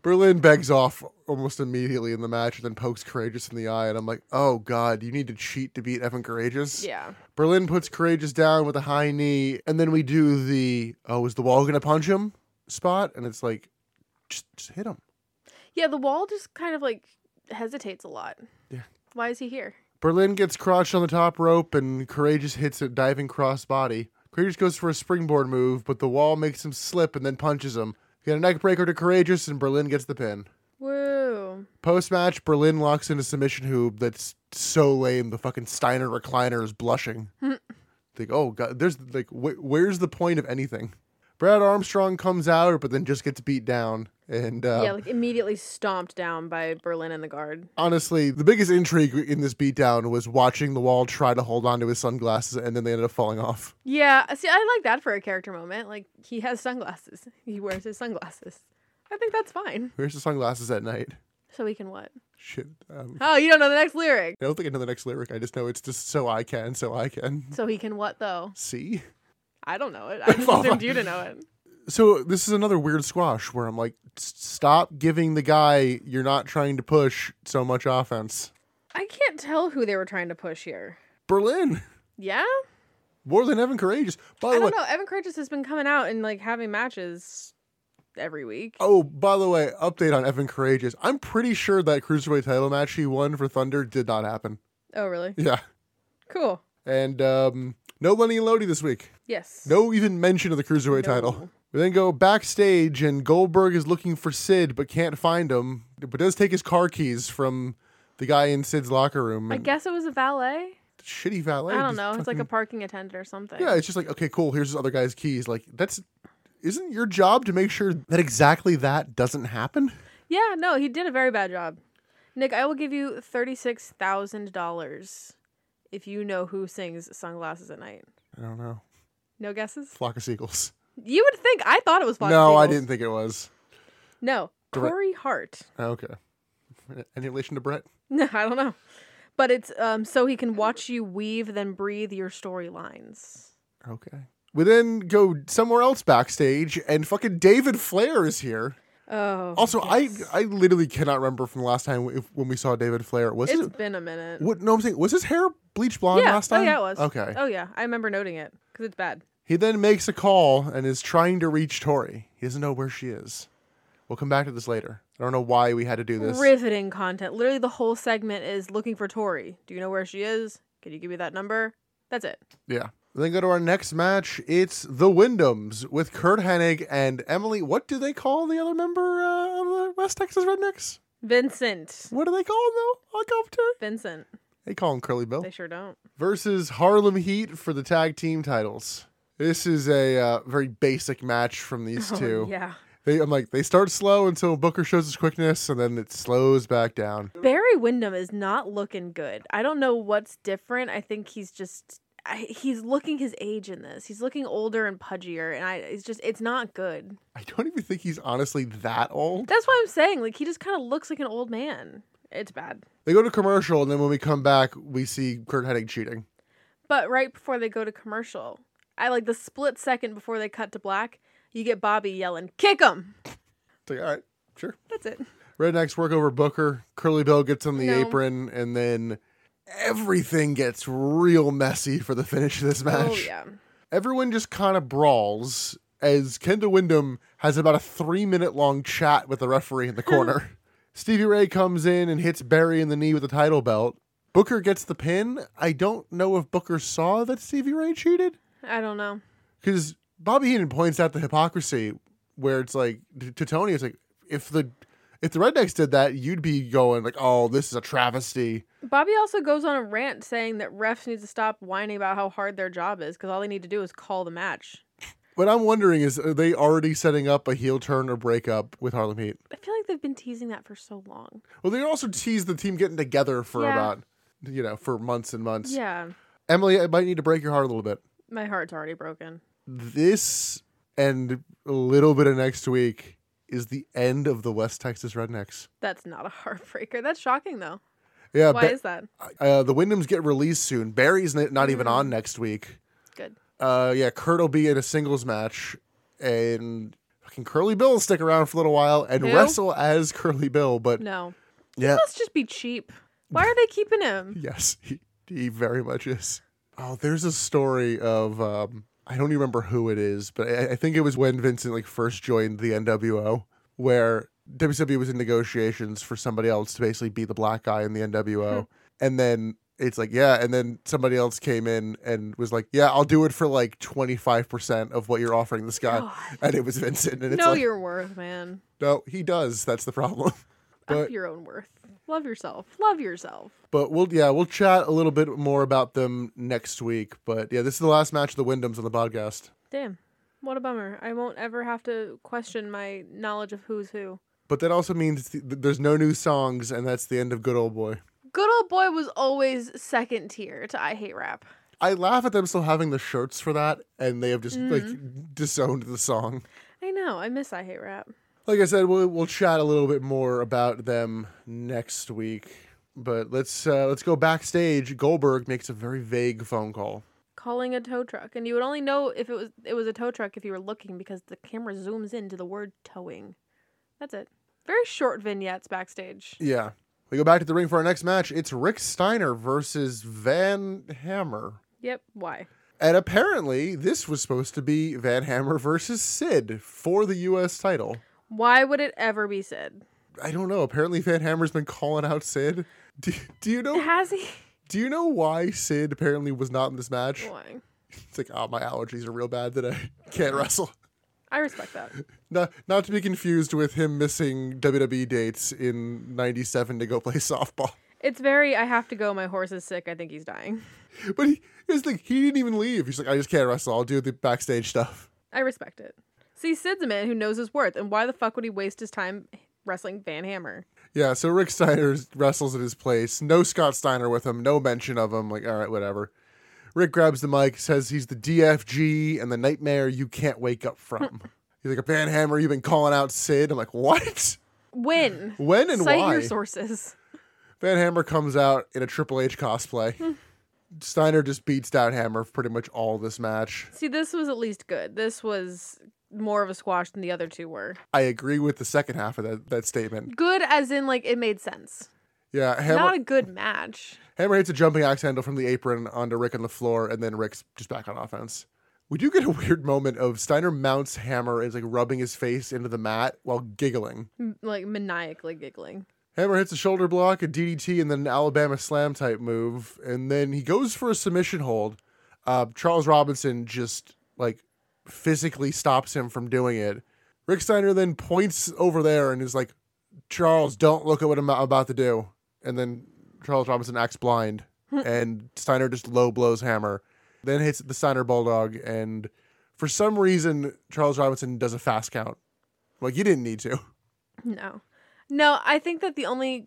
S1: Berlin begs off almost immediately in the match and then pokes Courageous in the eye. And I'm like, oh, God, you need to cheat to beat Evan Courageous?
S2: Yeah,
S1: Berlin puts Courageous down with a high knee. And then we do the, oh, is the wall going to punch him spot? And it's like, just, just hit him.
S2: yeah. The wall just kind of like hesitates a lot.
S1: Yeah.
S2: Why is he here?
S1: Berlin gets crotched on the top rope and Courageous hits a diving crossbody. Courageous goes for a springboard move, but the wall makes him slip and then punches him. We Get a neck breaker to Courageous, and Berlin gets the pin.
S2: Woo.
S1: Post match, Berlin locks in a submission hoop that's so lame. The fucking Steiner recliner is blushing. like, oh god, there's like, wh- where's the point of anything? Brad Armstrong comes out, but then just gets beat down. And uh,
S2: yeah, like immediately stomped down by Berlin and the guard.
S1: honestly, the biggest intrigue in this beatdown was watching the wall try to hold on to his sunglasses, and then they ended up falling off.
S2: Yeah, see, I like that for a character moment. Like he has sunglasses. He wears his sunglasses. I think that's fine.
S1: Where's the sunglasses at night?
S2: So we can what?
S1: Shit. Um,
S2: Oh, you don't know the next lyric.
S1: I don't think I know the next lyric. I just know it's just so I can, so I can
S2: So he can what though?
S1: see.
S2: I don't know it. I just assumed you to know it.
S1: So this is another weird squash where I'm like, "S- stop giving the guy you're not trying to push so much offense.
S2: I can't tell who they were trying to push here.
S1: Berlin,
S2: Yeah?
S1: more than Evan Courageous. By
S2: I
S1: the way,
S2: don't know. Evan Courageous has been coming out and like having matches every week.
S1: oh, by the way, update on Evan Courageous. I'm pretty sure that cruiserweight title match he won for Thunder did not happen.
S2: Oh, really?
S1: Yeah,
S2: Cool.
S1: and um, no Lenny and Lodi this week.
S2: Yes.
S1: No even mention of the Cruiserweight
S2: No.
S1: title. We then go backstage, and Goldberg is looking for Sid, but can't find him, but does take his car keys from the guy in Sid's locker room.
S2: I
S1: and
S2: guess it was a valet.
S1: Shitty valet.
S2: I don't
S1: just
S2: know. It's like a
S1: fucking-
S2: parking attendant or something.
S1: Yeah, it's just like, okay, cool, here's this other guy's keys. Like, that's. Isn't your job to make sure that exactly that doesn't happen?
S2: Yeah, no, he did a very bad job. Nick, I will give you $36,000 if you know who sings Sunglasses at Night.
S1: I don't know.
S2: No guesses?
S1: Flock of seagulls.
S2: You would think. I thought it was Fox
S1: no, I
S2: Seagulls.
S1: didn't think it was.
S2: No,
S1: Direct-
S2: Corey Hart.
S1: Okay. Any relation to Brett?
S2: No, I don't know. But it's um, so he can watch you weave, then breathe your storylines.
S1: Okay. We then go somewhere else backstage, and fucking David Flair is here.
S2: Oh.
S1: Also,
S2: yes.
S1: I I literally cannot remember from the last time if, when we saw David Flair. Was
S2: It's
S1: it
S2: been a minute.
S1: what? No, I'm saying was his hair bleach blonde
S2: yeah.
S1: last time?
S2: Oh, yeah, it was.
S1: Okay.
S2: Oh, yeah. I remember noting it because it's bad.
S1: He then makes a call and is trying to reach Tori. He doesn't know where she is. We'll come back to this later. I don't know why we had to do this.
S2: Riveting content. Literally, the whole segment is looking for Tori. Do you know where she is? Can you give me that number? That's it.
S1: Yeah. Then go to our next match. It's the Wyndhams with Kurt Hennig and Emily. What do they call the other member uh, of the West Texas Rednecks?
S2: Vincent.
S1: What do they call him though? I'll come to her.
S2: Vincent.
S1: They call him Curly Bill.
S2: They sure don't.
S1: versus Harlem Heat for the tag team titles. This is a uh, very basic match from these
S2: Oh,
S1: two.
S2: yeah.
S1: They, I'm like, they start slow until Booker shows his quickness, and then it slows back down.
S2: Barry Windham is not looking good. I don't know what's different. I think he's just I, he's looking his age in this. He's looking older and pudgier, and I it's just it's not good.
S1: I don't even think he's honestly that old.
S2: That's what I'm saying. Like he just kind of looks like an old man. It's bad.
S1: They go to commercial, and then when we come back, we see Kurt Hennig cheating.
S2: But right before they go to commercial, I like the split second before they cut to black. You get Bobby yelling, "Kick him!"
S1: It's like, all right, sure.
S2: That's it.
S1: Rednecks work over Booker. Curly Bill gets on the
S2: No.
S1: apron, and then everything gets real messy for the finish of this match.
S2: Oh yeah.
S1: everyone just kind of brawls as Kendall Wyndham has about a three minute long chat with the referee in the corner. Stevie Ray comes in and hits Barry in the knee with the title belt. Booker gets the pin. I don't know if Booker saw that Stevie Ray cheated
S2: I don't know.
S1: because Bobby Heenan points out the hypocrisy where it's like to to Tony, it's like if the if the rednecks did that, you'd be going like, "Oh, this is a travesty."
S2: Bobby also goes on a rant saying that refs need to stop whining about how hard their job is because all they need to do is call the match.
S1: What I'm wondering is, are they already setting up a heel turn or breakup with Harlem Heat?
S2: I feel like they've been teasing that for so long.
S1: Well, they also teased the team getting together for
S2: Yeah.
S1: about, you know, for months and months.
S2: Yeah,
S1: Emily, I might need to break your heart a little bit.
S2: my heart's already broken.
S1: This and a little bit of next week is the end of the West Texas Rednecks.
S2: That's not a heartbreaker. That's shocking though.
S1: Yeah,
S2: Why
S1: Ba-
S2: is that?
S1: uh, the Wyndhams get released soon. Barry's n- not even
S2: Mm.
S1: on next week.
S2: Good.
S1: Uh, yeah, Kurt will be in a singles match, and fucking Curly Bill will stick around for a little while and
S2: Who?
S1: wrestle as Curly Bill. But
S2: No.
S1: yeah,
S2: Must just be cheap. Why are they keeping him?
S1: Yes, he, he very much is. Oh, there's a story of um, I don't even remember who it is, but I, I think it was when Vincent like first joined the NWO, where E WCW was in negotiations for somebody else to basically be the black guy in the NWO, and then it's like yeah and then somebody else came in and was like yeah i'll do it for like 25% of what you're offering this guy
S2: God.
S1: and it was vincent and it's
S2: know
S1: like
S2: your worth, man.
S1: no he does that's the problem
S2: Up
S1: but
S2: your own worth. Love yourself. Love yourself.
S1: but we'll yeah we'll chat a little bit more about them next week but yeah this is the last match of the wyndhams on the podcast
S2: Damn. What a bummer. I won't ever have to question my knowledge of who's who.
S1: but that also means th- th- there's no new songs and that's the end of good old boy
S2: Good old boy was always second tier to I hate rap.
S1: i laugh at them still having the shirts for that and they have just like disowned the song
S2: I know. I miss I hate rap.
S1: like I said, we'll, we'll chat a little bit more about them next week. But let's uh, let's go backstage. Goldberg makes a very vague phone call.
S2: Calling a tow truck, and you would only know if it was it was a tow truck if you were looking because the camera zooms in to the word towing. That's it. Very short vignettes backstage.
S1: Yeah, we go back to the ring for our next match. It's Rick Steiner versus Van Hammer,
S2: Yep. Why?
S1: and apparently this was supposed to be Van Hammer versus Sid for the U.S. title.
S2: Why would it ever be said?
S1: I don't know. Apparently Van Hammer's been calling out Sid. Do, do you know?
S2: Has he?
S1: Do you know why Sid apparently was not in this match?
S2: Why?
S1: It's like, oh, my allergies are real bad today. Can't wrestle.
S2: I respect that.
S1: Not, not to be confused with him missing WWE dates in 97 to go play softball.
S2: It's very I have to go. My horse is sick. I think he's dying.
S1: But he, here's the thing, he didn't even leave. He's like, I just can't wrestle. I'll do the backstage stuff.
S2: I respect it. See, Sid's a man who knows his worth, and why the fuck would he waste his time wrestling Van Hammer?
S1: Yeah, so Rick Steiner wrestles at his place. No Scott Steiner with him, no mention of him. Like, all right, whatever. Rick grabs the mic, says he's the DFG and the nightmare you can't wake up from. he's like, a Van Hammer, you've been calling out Sid. I'm like, what?
S2: When?
S1: When and
S2: Cite
S1: why?
S2: your sources.
S1: Van Hammer comes out in a Triple H
S2: Hmm.
S1: cosplay. Steiner just beats down Hammer for pretty much all this match.
S2: See, this was at least good. This was more of a squash than the other two were.
S1: I agree with the second half of that, that statement.
S2: Good as in like it made sense.
S1: Yeah, Hammer
S2: Not a good match.
S1: Hammer hits a jumping axe handle from the apron onto Rick on the floor, and then Rick's just back on offense. We do get a weird moment of Steiner mounts Hammer and is like rubbing his face into the mat while giggling.
S2: M- Like maniacally giggling.
S1: Hammer hits a shoulder block, a DDT, and then an Alabama slam type move, and then he goes for a submission hold. Uh, Charles Robinson just like physically stops him from doing it. Rick Steiner then points over there and is like, "Charles, don't look at what I'm about to do." And then Charles Robinson acts blind, and Steiner just low blows Hammer, then hits the Steiner Bulldog, and for some reason Charles Robinson does a fast count. Like you didn't need to.
S2: No. No, I think that the only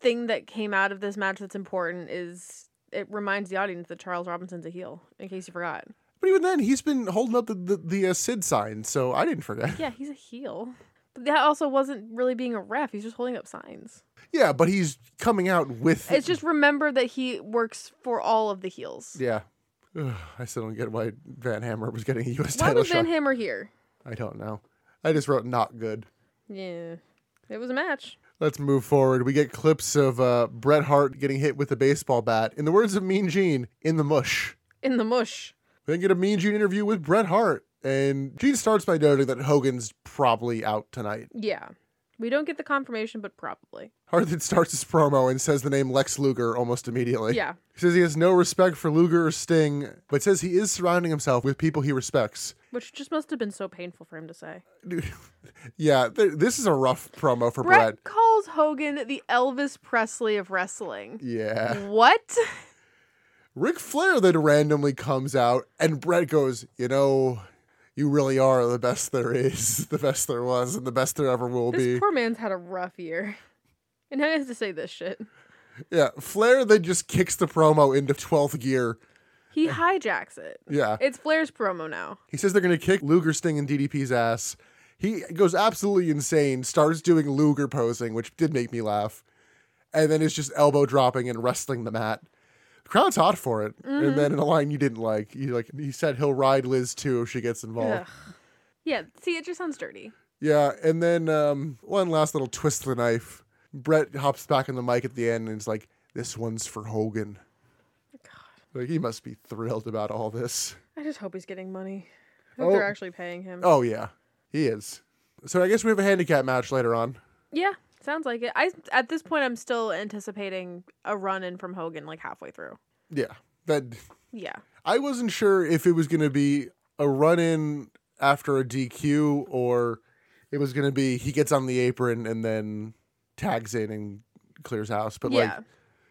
S2: thing that came out of this match that's important is it reminds the audience that Charles Robinson's a heel, in case you forgot.
S1: But even then, he's been holding up the the, the uh, Sid sign, so I didn't forget.
S2: Yeah, he's a heel. But that also wasn't really being a ref. He's just holding up signs.
S1: Yeah, but he's coming out with.
S2: It's just remember that he works for all of the heels.
S1: yeah. Ugh, I still don't get why Van Hammer was getting a U.S.
S2: Why
S1: title
S2: was
S1: shot.
S2: Van Hammer here?
S1: I don't know. I just wrote not good.
S2: Yeah. It was a match.
S1: Let's move forward. We get clips of uh, Bret Hart getting hit with a baseball bat. In the words of Mean Gene, in the mush.
S2: In the mush.
S1: We then get a Mean Gene interview with Bret Hart, and Gene starts by noting that Hogan's probably out tonight.
S2: Yeah. We don't get the confirmation, but probably.
S1: Hart then starts his promo and says the name Lex Luger almost immediately.
S2: Yeah.
S1: He says he has no respect for Luger or Sting, but says he is surrounding himself with people he respects.
S2: Which just must have been so painful for him to say.
S1: Yeah, th- this is a rough promo for Brett.
S2: Brett calls Hogan the Elvis Presley of wrestling.
S1: Yeah.
S2: What?
S1: Ric Flair then randomly comes out, and Brett goes, You know, you really are the best there is, the best there was, and the best there ever will
S2: This
S1: be.
S2: poor man's had a rough year. And now he has to say this shit.
S1: yeah. Flair then just kicks the promo into 12th gear.
S2: He hijacks it.
S1: Yeah.
S2: It's Flair's promo now.
S1: He says they're going to kick Luger, Sting, and DDP's ass. He goes absolutely insane, starts doing Luger posing, which did make me laugh, and then is just elbow dropping and wrestling the mat. The crowd's hot for it. And then in a line you didn't like, he like he said he'll ride Liz too if she gets involved.
S2: Ugh. Yeah, see, it just sounds dirty.
S1: Yeah, and then um, one last little twist of the knife. Brett hops back on the mic at the end and is like, "This one's for Hogan." Like he must be thrilled about all this.
S2: I just hope he's getting money. I hope
S1: Oh.
S2: they're actually paying him.
S1: Oh yeah, he is. So I guess we have a handicap match later on.
S2: Yeah, Sounds like it. I at this point I'm still anticipating a run in from Hogan like halfway through.
S1: Yeah, that
S2: Yeah.
S1: I wasn't sure if it was going to be a run in after a DQ or it was going to be he gets on the apron and then tags in and clears house. But
S2: yeah.
S1: like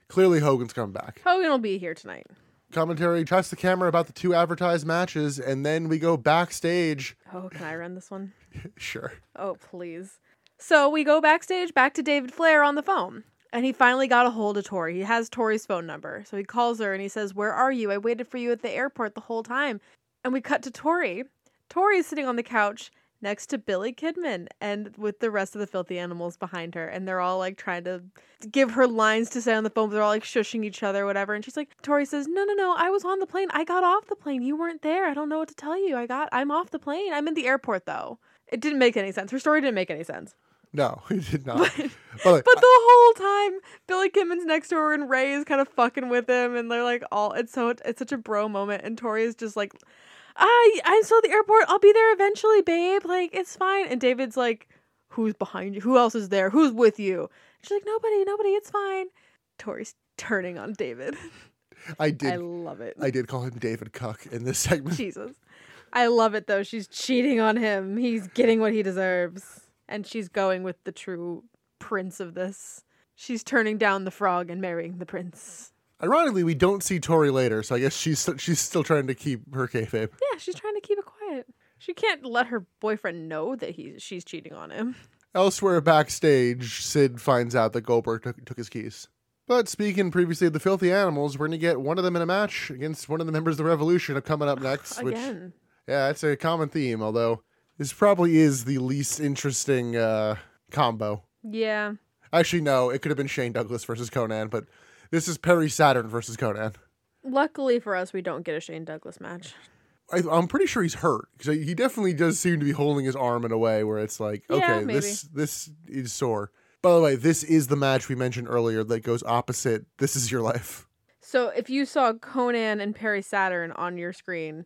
S1: clearly Hogan's come back.
S2: Hogan will be here tonight.
S1: Commentary tests the camera about the two advertised matches, and then we go backstage.
S2: Oh, can I run this one?
S1: Sure.
S2: Oh, please. So we go backstage back to David Flair on the phone. And he finally got a hold of Tori. He has Tori's phone number. So he calls her and he says, Where are you? I waited for you at the airport the whole time. And we cut to Tori. Tori is sitting on the couch next to Billy Kidman and with the rest of the filthy animals behind her. And they're all like trying to give her lines to say on the phone, but they're all like shushing each other, whatever. And she's like, Tori says, No, no, no, I was on the plane. I got off the plane. You weren't there. I don't know what to tell you. I got, I'm off the plane. I'm in the airport though. It didn't make any sense. Her story didn't make any sense.
S1: No, he did not.
S2: But,
S1: By the way,
S2: but the whole time, Billy Kidman's next to her and Ray is kind of fucking with him, and they're like all it's so it's such a bro moment, and Tori is just like, I I'm still at the airport. I'll be there eventually, babe. Like it's fine. And David's like, Who's behind you? Who else is there? Who's with you? She's like, Nobody, nobody. It's fine. Tori's turning on David.
S1: I
S2: I
S1: did.
S2: love it.
S1: I did call him David Cuck in this segment.
S2: Jesus. I love it though. She's cheating on him. He's getting what he deserves. And she's going with the true prince of this. She's turning down the frog and marrying the prince.
S1: Ironically, we don't see Tori later, so I guess she's st- she's still trying to keep her kayfabe.
S2: Yeah, she's trying to keep it quiet. She can't let her boyfriend know that he's she's cheating on him.
S1: Elsewhere backstage, Sid finds out that Goldberg took, took his keys. But speaking previously of the filthy animals, we're going to get one of them in a match against one of the members of the Revolution coming up next. Which, yeah,
S2: Again.
S1: that's a common theme. Although this probably is the least interesting uh, combo.
S2: Yeah.
S1: Actually, no, it could have been Shane Douglas versus Conan, but this is Perry Saturn versus Conan.
S2: Luckily for us, we don't get a Shane Douglas match.
S1: I, I'm pretty sure he's hurt because he definitely does seem to be holding his arm in a way where it's like,
S2: Yeah,
S1: okay,
S2: maybe.
S1: this this is sore. By the way, this is the match we mentioned earlier that goes opposite. This is your life.
S2: So if you saw Conan and Perry Saturn on your screen,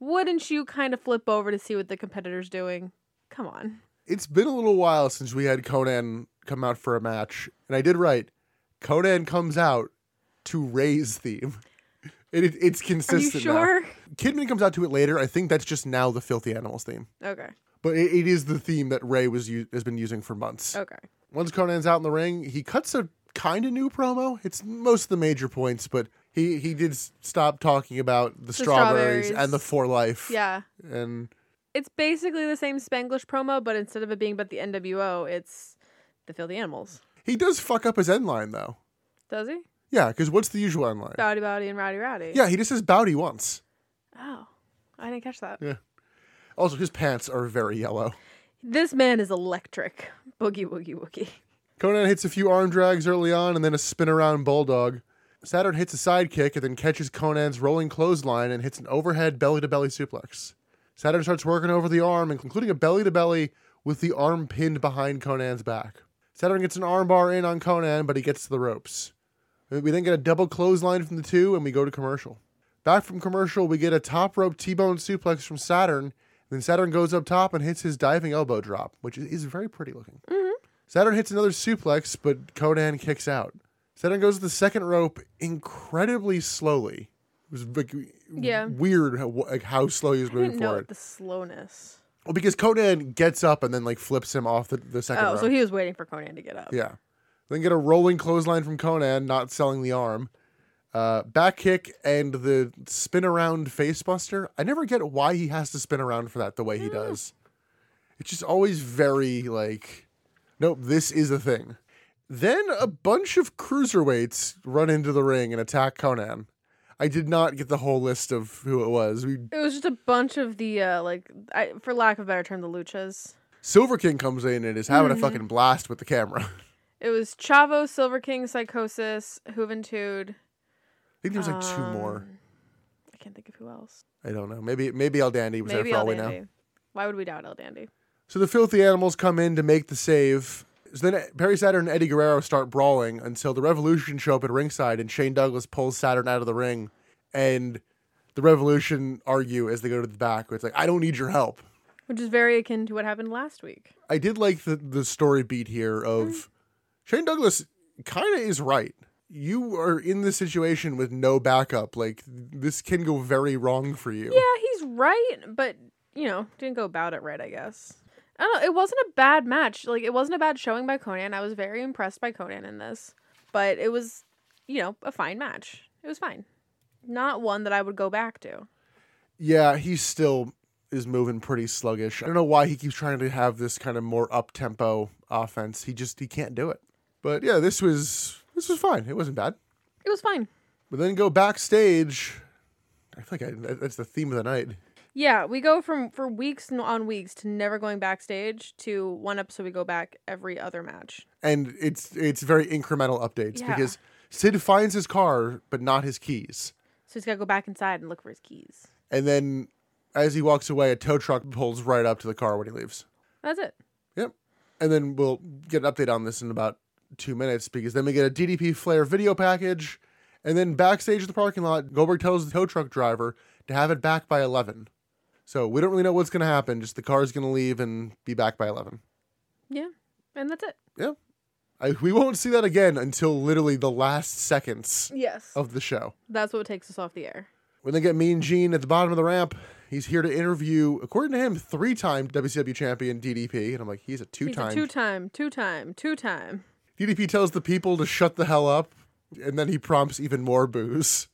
S2: wouldn't you kind of flip over to see what the competitor's doing? Come on.
S1: It's been a little while since we had Conan come out for a match, and I did right. Conan comes out to Ray's theme. It, it- it's
S2: Are you
S1: consistent. Now.
S2: sure?
S1: Kidman comes out to it later. I think that's just now the Filthy Animals theme,
S2: Okay.
S1: but it, it is the theme that Ray was u- has been using for months.
S2: Okay.
S1: once Conan's out in the ring, he cuts a kind of new promo. It's most of the major points, but he he did s- stop talking about the, strawberries,
S2: strawberries.
S1: and the for life.
S2: Yeah.
S1: and
S2: It's basically the same Spanglish promo, but instead of it being about the NWO, it's the filthy animals.
S1: he does fuck up his end line though.
S2: Does he?
S1: Yeah, because what's the usual end line?
S2: Bowdy Bowdy and Rowdy Rowdy.
S1: Yeah, he just says Bowdy once.
S2: Oh. I didn't catch that.
S1: Also, his pants are very yellow.
S2: This man is electric. Boogie woogie woogie.
S1: Conan hits a few arm drags early on and then a spin around bulldog. Saturn hits a sidekick and then catches Conan's rolling clothesline and hits an overhead belly to belly suplex. Saturn starts working over the arm, including a belly to belly with the arm pinned behind Conan's back. Saturn gets an armbar in on Conan, but he gets to the ropes. We then get a double clothesline from the two and we go to commercial. Back from commercial, we get a top rope T bone suplex from Saturn. And then Saturn goes up top and hits his diving elbow drop, which is- is very pretty looking.
S2: Mm-hmm.
S1: Saturn hits another suplex, but Conan kicks out. Saturn goes to the second rope incredibly slowly. It was like
S2: Yeah.
S1: weird how, like, how slow he was
S2: I
S1: moving
S2: didn't know
S1: forward.
S2: the slowness.
S1: Well, because Conan gets up and then like flips him off the, the second
S2: Oh,
S1: rope.
S2: so he was waiting for Conan to get up.
S1: yeah. Then get a rolling clothesline from Conan, not selling the arm. Uh, back kick and the spin around facebuster. I never get why he has to spin around for that the way
S2: Mm.
S1: he does. It's just always very like, nope, this is a thing. Then a bunch of cruiserweights run into the ring and attack Conan. I did not get the whole list of who it was. We
S2: It was just a bunch of the uh like I, for lack of a better term, the luchas.
S1: Silver King comes in and is having
S2: Mm-hmm.
S1: a fucking blast with the camera. I
S2: It was Chavo, Silver King, Psychosis, Juventude.
S1: think there's like two more.
S2: Um, I can't think of who else.
S1: I don't know. Maybe maybe El Dandy was
S2: Maybe
S1: there for
S2: El
S1: all we
S2: Dandy.
S1: know.
S2: Why would we doubt El Dandy?
S1: So the filthy animals come in to make the save. So then Perry Saturn and Eddie Guerrero start brawling until the Revolution show up at ringside and Shane Douglas pulls Saturn out of the ring, and the Revolution argue as they go to the back. Where it's like I don't need your help.
S2: Which is very akin to what happened last week. Mm.
S1: I did like the the story beat here of Shane Douglas kind of is right. You are in this situation with no backup. Like this can go very wrong for you.
S2: Yeah, he's right, but you know, didn't go about it right, I guess. I don't know, it wasn't a bad match. Like it wasn't a bad showing by Conan. I was very impressed by Conan in this. But it was, you know, a fine match. It was fine. Not one that I would go back to.
S1: Yeah, he still is moving pretty sluggish. I don't know why he keeps trying to have this kind of more up tempo offense. He just he can't do it. But yeah, this was this was fine. It wasn't bad.
S2: It was fine.
S1: But then go backstage. I feel like I, that- that's the theme of the night.
S2: Yeah, we go from for weeks n- on weeks to never going backstage to one episode we go back every other match.
S1: And it's it's very incremental updates
S2: Yeah.
S1: because Sid finds his car but not his keys.
S2: So he's got to go back inside and look for his keys.
S1: And then as he walks away, a tow truck pulls right up to the car when he leaves.
S2: That's it.
S1: Yep. And then we'll get an update on this in about two minutes because then we get a DDP Flair video package. And then backstage at the parking lot, Goldberg tells the tow truck driver to have it back by 11. So we don't really know what's going to happen. Just the car's going to leave and be back by 11.
S2: Yeah. And that's it.
S1: I, we won't see that again until literally the last seconds
S2: Yes.
S1: of the show.
S2: That's what takes us off the air.
S1: When they get Mean Gene at the bottom of the ramp, he's here to interview, according to him, three time WCW champion DDP. And I'm like, he's a two
S2: He's a
S1: time
S2: two time, two time, two time.
S1: DDP tells the people to shut the hell up, and then he prompts even more booze.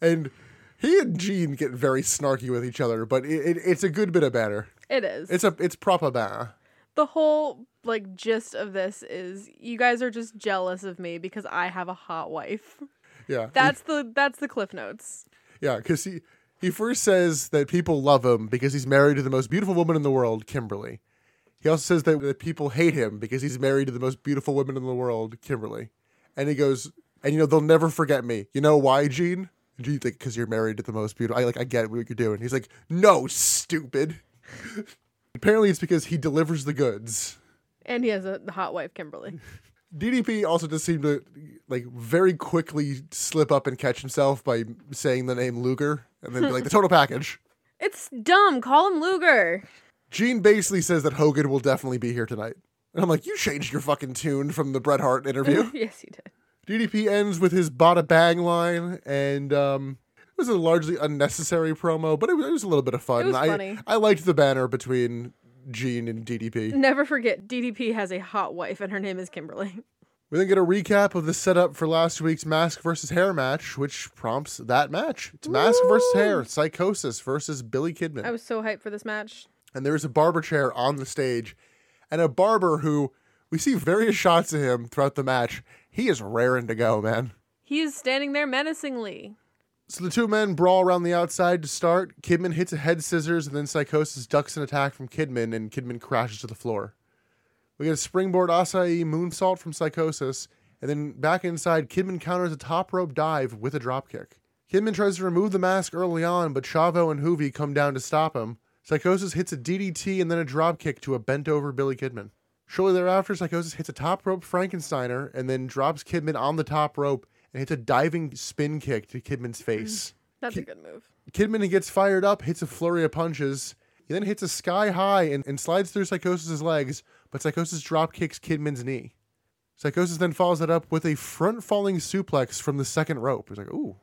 S1: And he and Gene get very snarky with each other, but it, it, it's a good bit of banter.
S2: It is.
S1: It's a it's propaganda.
S2: the whole like gist of this is you guys are just jealous of me because I have a hot wife.
S1: Yeah,
S2: That's the that's the cliff notes.
S1: yeah, because he he first says that people love him because he's married to the most beautiful woman in the world, Kimberly. He also says that, that people hate him because he's married to the most beautiful woman in the world, Kimberly. And he goes, and you know they'll never forget me. You know why, Gene? Do you think because you're married to the most beautiful? I like I get what you're doing. He's like, no, stupid. Apparently, it's because he delivers the goods.
S2: And he has a the hot wife, Kimberly.
S1: DDP also just seemed to like very quickly slip up and catch himself by saying the name Luger and then be like the total package.
S2: It's dumb. Call him Luger.
S1: Gene basically says that Hogan will definitely be here tonight. And I'm like, you changed your fucking tune from the Bret Hart interview.
S2: yes, he did.
S1: DDP ends with his bada bang line, and um, it was a largely unnecessary promo, but it was, it was a little bit of fun.
S2: was
S1: And I,
S2: funny.
S1: I liked the banner between Gene and DDP.
S2: Never forget DDP has a hot wife and her name is Kimberly.
S1: We then get a recap of the setup for last week's mask versus hair match, which prompts that match. It's mask versus hair, psychosis versus Billy Kidman.
S2: I was so hyped for this match.
S1: and there is a barber chair on the stage, and a barber who we see various shots of him throughout the match. He is raring to go, man.
S2: He is standing there menacingly.
S1: So the two men brawl around the outside to start. Kidman hits a head scissors, and then Psychosis ducks an attack from Kidman, and Kidman crashes to the floor. We get a springboard acai moonsault from Psychosis, and then back inside, Kidman counters a top rope dive with a dropkick. Kidman tries to remove the mask early on, but Chavo and Hoovy come down to stop him. Psychosis hits a DDT and then a dropkick to a bent over Billy Kidman. Shortly thereafter, Psychosis hits a top rope Frankensteiner and then drops Kidman on the top rope and hits a diving spin kick to Kidman's face.
S2: That's a good move.
S1: Kidman gets fired up, hits a flurry of punches. He then hits a sky high and, and slides through Psychosis's legs, but Psychosis drop kicks Kidman's knee. Psychosis then follows that up with a front falling suplex from the second rope. He's like, ooh,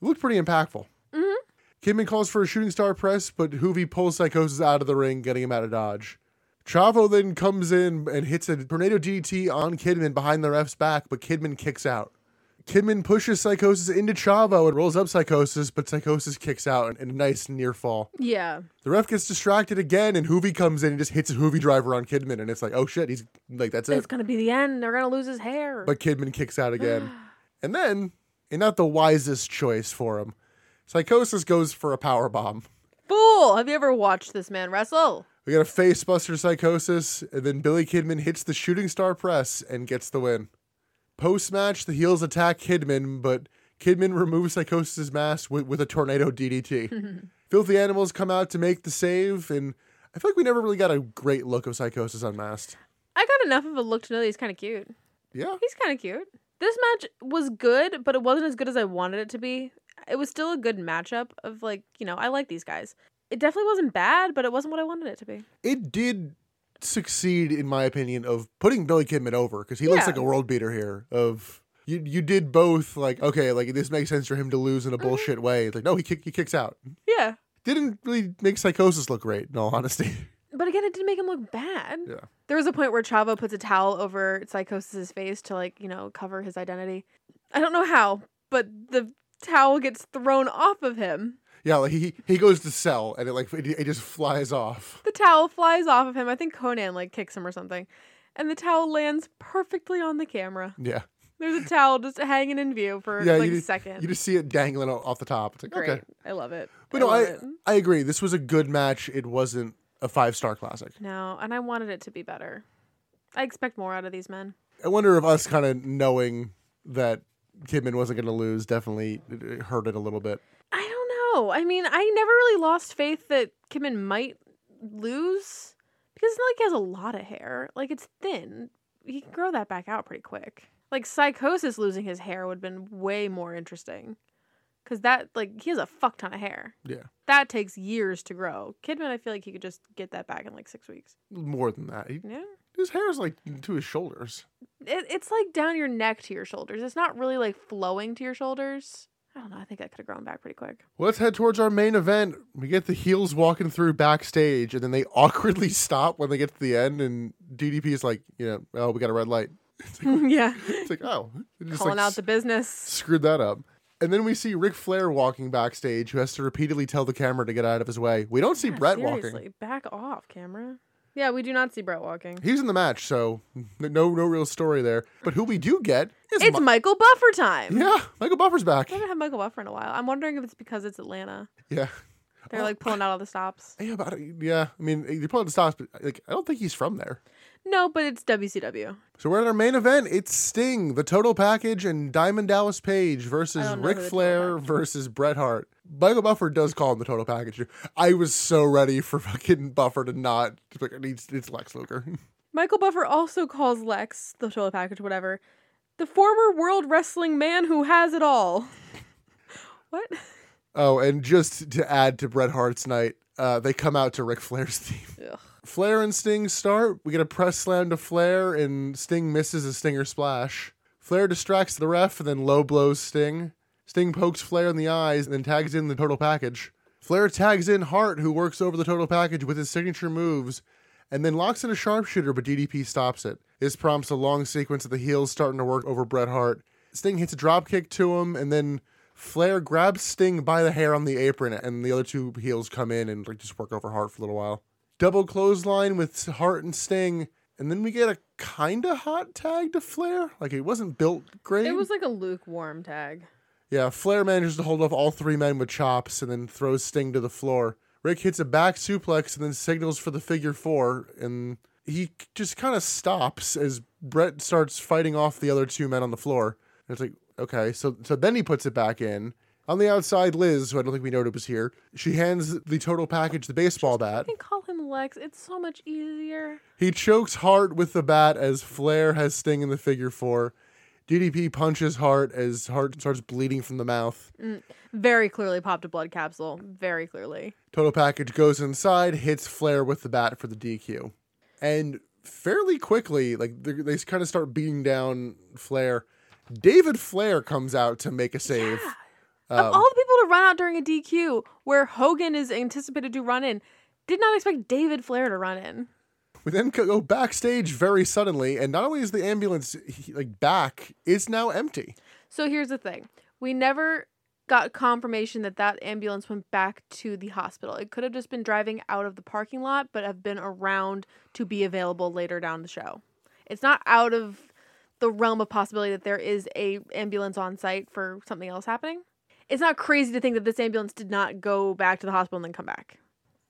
S1: it looked pretty impactful. Mm-hmm. Kidman calls for a shooting star press, but Hoovy pulls Psychosis out of the ring, getting him out of dodge. Chavo then comes in and hits a tornado DT on Kidman behind the ref's back, but Kidman kicks out. Kidman pushes Psychosis into Chavo and rolls up Psychosis, but Psychosis kicks out in a nice near fall.
S2: Yeah.
S1: The ref gets distracted again, and Hoovy comes in and just hits a Hoovy driver on Kidman, and it's like, oh shit, he's like, that's it.
S2: It's gonna be the end. They're gonna lose his hair.
S1: But Kidman kicks out again. And then, and not the wisest choice for him, Psychosis goes for a power bomb.
S2: Fool! Have you ever watched this man wrestle?
S1: We got a face buster psychosis, and then Billy Kidman hits the shooting star press and gets the win. Post match, the heels attack Kidman, but Kidman removes Psychosis' mask with, with a tornado DDT. Filthy Animals come out to make the save, and I feel like we never really got a great look of Psychosis unmasked.
S2: I got enough of a look to know that he's kind of cute.
S1: Yeah.
S2: He's kind of cute. This match was good, but it wasn't as good as I wanted it to be. It was still a good matchup of like, you know, I like these guys. It definitely wasn't bad, but it wasn't what I wanted it to be.
S1: It did succeed, in my opinion, of putting Billy Kidman over because he looks
S2: Yeah.
S1: like a world beater here. Of you, you did both. Like, okay, like this makes sense for him to lose in a bullshit way. It's Like, no, he kick, he kicks out.
S2: Yeah.
S1: Didn't really make psychosis look great. In all honesty,
S2: But again, it didn't make him look bad.
S1: Yeah.
S2: There was a point where Chavo puts a towel over Psychosis's face to like, you know, cover his identity. I don't know how, but the towel gets thrown off of him.
S1: yeah, like he he goes to sell and it like it, it just flies off.
S2: The towel flies off of him. I think Conan like kicks him or something. And the towel lands perfectly on the camera.
S1: Yeah,
S2: There's a towel just hanging in view for
S1: Yeah,
S2: like
S1: you-
S2: a second.
S1: you just see it dangling o- off the top. It's like
S2: Great.
S1: okay,
S2: I love it.
S1: but
S2: I
S1: no,
S2: love
S1: I
S2: it.
S1: I agree. This was a good match. It wasn't a five star classic.
S2: No, and I wanted it to be better. I expect more out of these men.
S1: I wonder if us kind of knowing that Kidman wasn't going to lose definitely uh, hurt it a little bit.
S2: I don't know. I mean, I never really lost faith that Kidman might lose because it's not like he has a lot of hair. Like it's thin. He can grow that back out pretty quick. Like psychosis losing his hair would have been way more interesting. Cause that like he has a fuck ton of hair.
S1: Yeah.
S2: That takes years to grow. Kidman, I feel like he could just get that back in like six weeks.
S1: More than that, he,
S2: Yeah.
S1: his hair is like to his shoulders.
S2: It, it's like down your neck to your shoulders. It's not really like flowing to your shoulders. I don't know. I think that could have grown back pretty quick.
S1: Well, let's head towards our main event. We get the heels walking through backstage, and then they awkwardly stop when they get to the end. And DDP is like, you know, oh, we got a red light. It's like,
S2: yeah.
S1: it's like oh, They just,
S2: Calling
S1: like,
S2: out the business.
S1: screwed that up. And then we see Ric Flair walking backstage, who has to repeatedly tell the camera to get out of his way. We don't see
S2: Yeah,
S1: Brett
S2: seriously,
S1: walking.
S2: Back off, camera. Yeah, we do not see Brett walking.
S1: He's in the match, so n- no no real story there. But who we do get is
S2: It's
S1: Mi-
S2: Michael Buffer time.
S1: yeah, Michael Buffer's back.
S2: We haven't had Michael Buffer in a while. I'm wondering if it's because it's Atlanta.
S1: Yeah, Oh.
S2: They're like pulling out all the stops.
S1: yeah, but I- yeah. I mean, you pull out the stops, but like I don't think he's from there.
S2: No, but it's WCW.
S1: So we're at our main event. It's Sting, the total package, and Diamond Dallas Page
S2: I
S1: versus
S2: don't know
S1: Ric
S2: who the total
S1: Flair
S2: package
S1: versus Bret Hart. Michael Buffer does call him the total package. I was so ready for fucking Buffer to not. just Like, it's, it's Lex Luger.
S2: Michael Buffer also calls Lex, the total package, whatever, the former world wrestling man who has it all. what?
S1: Oh, and just to add to Bret Hart's night, uh, they come out to Ric Flair's theme.
S2: Ugh.
S1: Flair and Sting start. We get a press slam to Flair, and Sting misses a Stinger splash. Flair distracts the ref and then low blows Sting. Sting pokes Flair in the eyes and then tags in the total package. Flair tags in Hart, who works over the total package with his signature moves, and then locks in a sharpshooter, but DDP stops it. This prompts a long sequence of the heels starting to work over Bret Hart. Sting hits a dropkick to him, and then Flair grabs Sting by the hair on the apron, and the other two heels come in and like just work over Hart for a little while. Double clothesline with Hart and Sting, and then we get a kinda hot tag to Flair. Like it wasn't built great.
S2: It was like a lukewarm tag.
S1: Yeah, Flair manages to hold off all three men with chops and then throws Sting to the floor. Rick hits a back suplex and then signals for the figure four, and he k- just kind of stops as Brett starts fighting off the other two men on the floor. And it's like, okay, so so then he puts it back in. On the outside, Liz, who I don't think we noted was here, she hands the total package the baseball bat.
S2: You can call him Lex. It's so much easier.
S1: He chokes Hart with the bat as Flair has Sting in the figure four. DDP punches Hart as Hart starts bleeding from the mouth.
S2: Very clearly popped a blood capsule. Very clearly.
S1: Total package goes inside, hits Flair with the bat for the DQ. And fairly quickly, like they, they kind of start beating down Flair. David Flair comes out to make a save.
S2: of all the people to run out during a DQ where Hogan is anticipated to run in, did not expect David Flair to run in.
S1: We then co- go backstage very suddenly, and not only is the ambulance he- like back, it's now empty.
S2: So here's the thing. We never got confirmation that that ambulance went back to the hospital. It could have just been driving out of the parking lot but have been around to be available later down the show. It's not out of the realm of possibility that there is a ambulance on site for something else happening. It's not crazy to think that this ambulance did not go back to the hospital and then come back.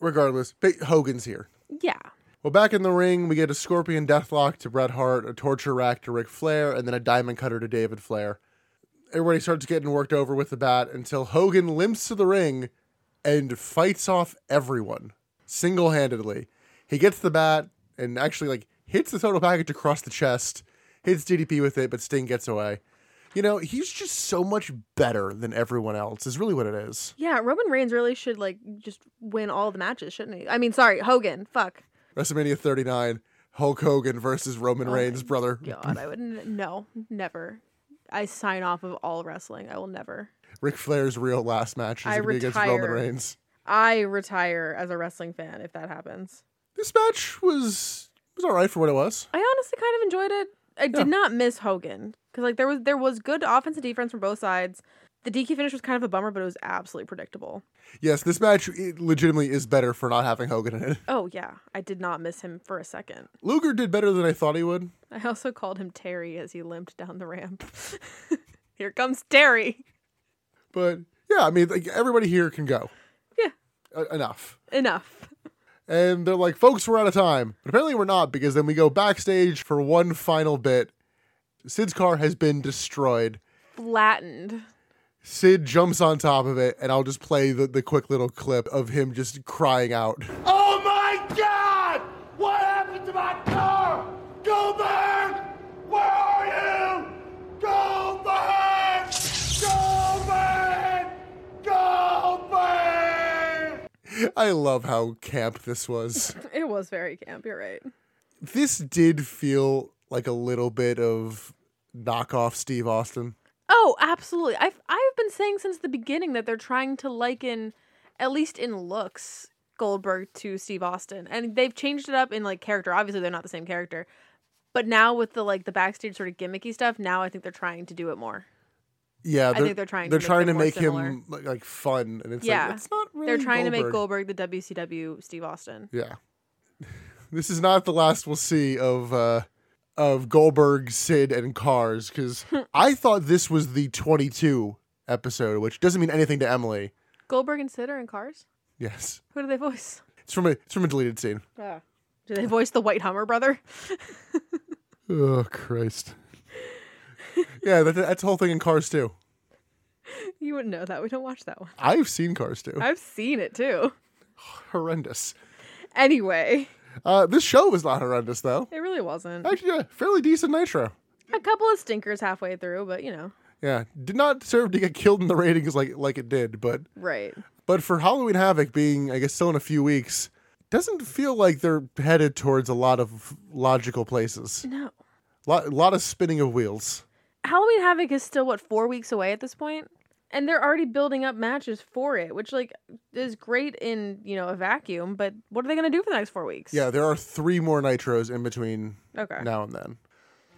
S1: Regardless, ba- Hogan's here.
S2: Yeah.
S1: Well, back in the ring, we get a scorpion deathlock to Bret Hart, a torture rack to Ric Flair, and then a diamond cutter to David Flair. Everybody starts getting worked over with the bat until Hogan limps to the ring and fights off everyone single handedly. He gets the bat and actually like hits the total package across the chest, hits DDP with it, but Sting gets away. You know, he's just so much better than everyone else, is really what it is.
S2: Yeah, Roman Reigns really should like just win all the matches, shouldn't he? I mean, sorry, Hogan. Fuck.
S1: WrestleMania 39, Hulk Hogan versus Roman
S2: Oh
S1: Reigns,
S2: my
S1: brother.
S2: God, I would n- no, never. I sign off of all wrestling. I will never.
S1: Ric Flair's real last match is
S2: I
S1: going to be against Roman
S2: retire.
S1: Reigns.
S2: I retire as a wrestling fan if that happens.
S1: This match was was all right for what it was.
S2: I honestly kind of enjoyed it. I did
S1: Yeah.
S2: not miss Hogan because like there was there was good offense and defense from both sides. The DQ finish was kind of a bummer, but it was absolutely predictable.
S1: Yes, this match it legitimately is better for not having Hogan in it.
S2: Oh yeah, I did not miss him for a second.
S1: Luger did better than I thought he would.
S2: I also called him Terry as he limped down the ramp. Here comes Terry.
S1: But yeah, I mean, like everybody here can go.
S2: Yeah.
S1: E- enough.
S2: Enough.
S1: And they're like, folks, we're out of time. But apparently we're not because then we go backstage for one final bit. Sid's car has been destroyed.
S2: Flattened.
S1: Sid jumps on top of it, and I'll just play the, the quick little clip of him just crying out.
S3: Oh my God! What happened to my car? Goldberg! Where are you? Goldberg! Goldberg! Goldberg!
S1: I love how camp this was.
S2: It was very camp. You're right.
S1: This did feel like a little bit of knockoff Steve Austin.
S2: Oh, absolutely. I've I've been saying since the beginning that they're trying to liken, at least in looks, Goldberg to Steve Austin, and they've changed it up in like character. Obviously, they're not the same character, but now with the like the backstage sort of gimmicky stuff, now I think they're trying to do it more.
S1: Yeah,
S2: I
S1: they're,
S2: think they're trying to
S1: They're
S2: make
S1: trying to
S2: them more
S1: make him
S2: similar.
S1: like, like fun, and it's
S2: Yeah.
S1: like it's not really.
S2: They're trying
S1: Goldberg.
S2: to make Mm, Goldberg the WCW Steve Austin.
S1: Yeah. This is not the last we'll see of uh of Goldberg, Sid, and Cars, because I thought this was the twenty two episode, which doesn't mean anything to Emily.
S2: Goldberg and Sid are in Cars.
S1: Yes.
S2: Who do they voice?
S1: It's from a it's from a deleted scene.
S2: Do they voice the White Hummer brother?
S1: Oh Christ. yeah, that, that's the whole thing in Cars too.
S2: you wouldn't know that. We don't watch that one.
S1: I've seen Cars too.
S2: I've seen it too.
S1: Horrendous.
S2: Anyway,
S1: Uh, this show was not horrendous though.
S2: it really wasn't.
S1: Actually, yeah, fairly decent Nitro.
S2: A couple of stinkers halfway through, but you know.
S1: Yeah, did not deserve to get killed in the ratings like like it did, but
S2: Right.
S1: But for Halloween Havoc being, I guess, still in a few weeks, doesn't feel like they're headed towards a lot of logical places.
S2: No.
S1: A lot, lot of spinning of wheels.
S2: Halloween Havoc is still what four weeks away at this point, and they're already building up matches for it, which like is great in you know a vacuum. But what are they gonna do for the next four weeks?
S1: Yeah, there are three more nitros in between
S2: Okay.
S1: now and then.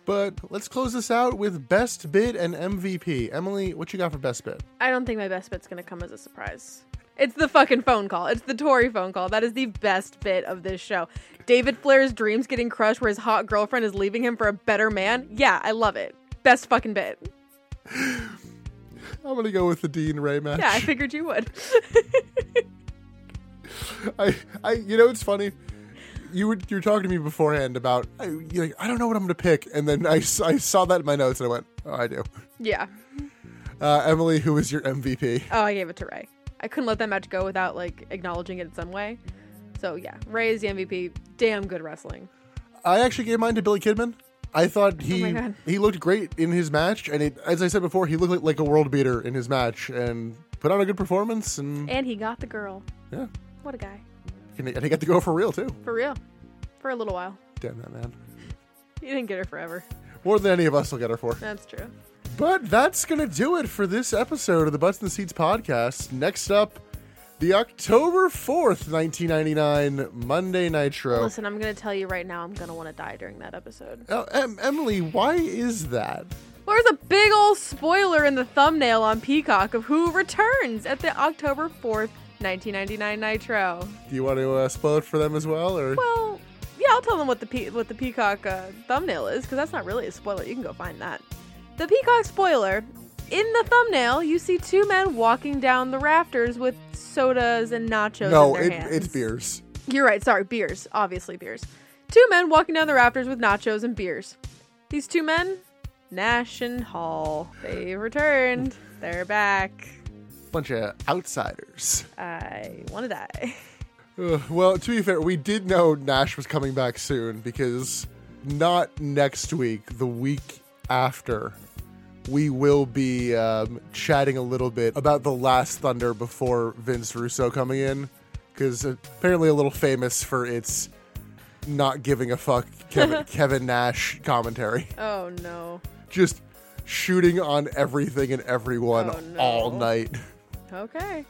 S1: But let's close this out with best bid and MVP. Emily, what you got for best bid?
S2: I don't think my best bit's gonna come as a surprise. It's the fucking phone call. It's the Tory phone call. That is the best bit of this show. David Flair's dreams getting crushed where his hot girlfriend is leaving him for a better man. Yeah, I love it. Best fucking bit.
S1: I'm gonna go with the Dean Ray match.
S2: Yeah, I figured you would.
S1: I, I, you know, it's funny. You were you were talking to me beforehand about I, you're like, I don't know what I'm gonna pick, and then I, s- I saw that in my notes and I went, oh, I do.
S2: yeah.
S1: Uh, Emily, who is your MVP?
S2: Oh, I gave it to Ray. I couldn't let that match go without like acknowledging it in some way. So yeah, Ray is the MVP. Damn good wrestling.
S1: I actually gave mine to Billy Kidman. I thought he
S2: Oh my God.
S1: he looked great in his match, and it, as I said before, he looked like, like a world beater in his match and put on a good performance. And
S2: And he got the girl.
S1: yeah,
S2: What a guy.
S1: and he, and he got to go for real too.
S2: For real. For a little while.
S1: Damn that man!
S2: He didn't get her forever.
S1: More than any of us will get her for.
S2: That's true.
S1: But that's gonna do it for this episode of the Butts and the Seeds podcast. Next up, the October fourth, nineteen ninety nine Monday Nitro.
S2: Listen, I'm gonna tell you right now, I'm gonna want to die during that episode.
S1: Oh, em- Emily, why is that?
S2: There's a big old spoiler in the thumbnail on Peacock of who returns at the October 4th, 1999 Nitro.
S1: Do you want to uh, spoil it for them as well, or?
S2: Well, yeah, I'll tell them what the pe- what the peacock uh, thumbnail is because that's not really a spoiler. You can go find that. The peacock spoiler. In the thumbnail, you see two men walking down the rafters with sodas and nachos.
S1: no,
S2: in their
S1: it,
S2: hands.
S1: it's beers.
S2: You're right. Sorry, beers. Obviously, beers. Two men walking down the rafters with nachos and beers. These two men, Nash and Hall. They've returned. They're back.
S1: bunch of outsiders.
S2: I want to die.
S1: Ugh, well, to be fair, we did know Nash was coming back soon because not next week, the week after, we will be um, chatting a little bit about the last Thunder before Vince Russo coming in because apparently a little famous for its not giving a fuck Kevin, Kevin Nash commentary.
S2: Oh no.
S1: Just shooting on everything and everyone
S2: Oh, no.
S1: all night.
S2: Okay.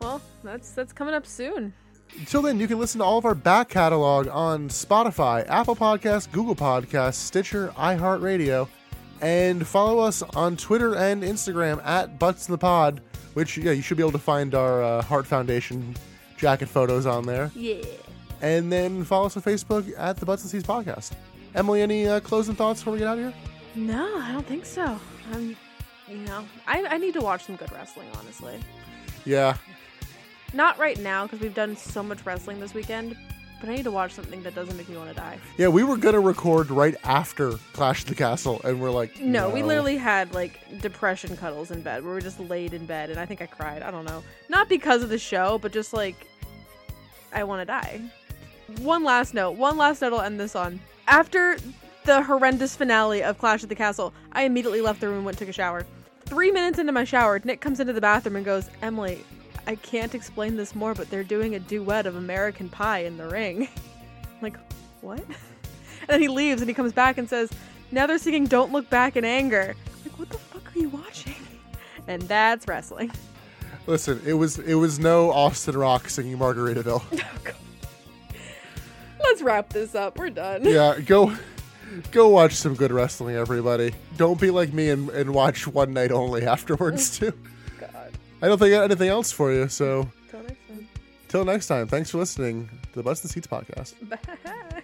S2: Well, that's that's coming up soon.
S1: Until then, you can listen to all of our back catalog on Spotify, Apple Podcasts, Google Podcasts, Stitcher, iHeartRadio, and follow us on Twitter and Instagram at Butts in the Pod, which yeah, you should be able to find our uh, Heart Foundation jacket photos on there.
S2: Yeah.
S1: And then follow us on Facebook at the Butts and Seas Podcast. Emily, any uh, closing thoughts before we get out of here?
S2: No, I don't think so. I'm, you know, I, I need to watch some good wrestling, honestly.
S1: Yeah,
S2: Not right now because we've done so much wrestling this weekend, but I need to watch something that doesn't make me want to die.
S1: yeah, we were gonna record right after Clash of the Castle, and we're like,
S2: No, we literally had like depression cuddles in bed. We were just laid in bed, and I think I cried. I don't know, not because of the show, but just like I want to die. One last note. One last note. I'll end this on. After the horrendous finale of Clash of the Castle, I immediately left the room and went and took a shower. Three minutes into my shower, Nick comes into the bathroom and goes, "Emily, I can't explain this more, but they're doing a duet of American Pie in the ring." I'm like, what? And then he leaves and he comes back and says, Now they're singing Don't Look Back in Anger. Like, what the fuck are you watching? And that's wrestling.
S1: Listen, it was it was no Austin Rock singing Margaritaville.
S2: Let's wrap this up. We're done.
S1: yeah, go go watch some good wrestling, everybody. Don't be like me and, and watch one night only afterwards too.
S2: God.
S1: I don't think I got anything else for you. So
S2: Till next time.
S1: till next time, thanks for listening to the Butts and Seats podcast.
S2: Bye.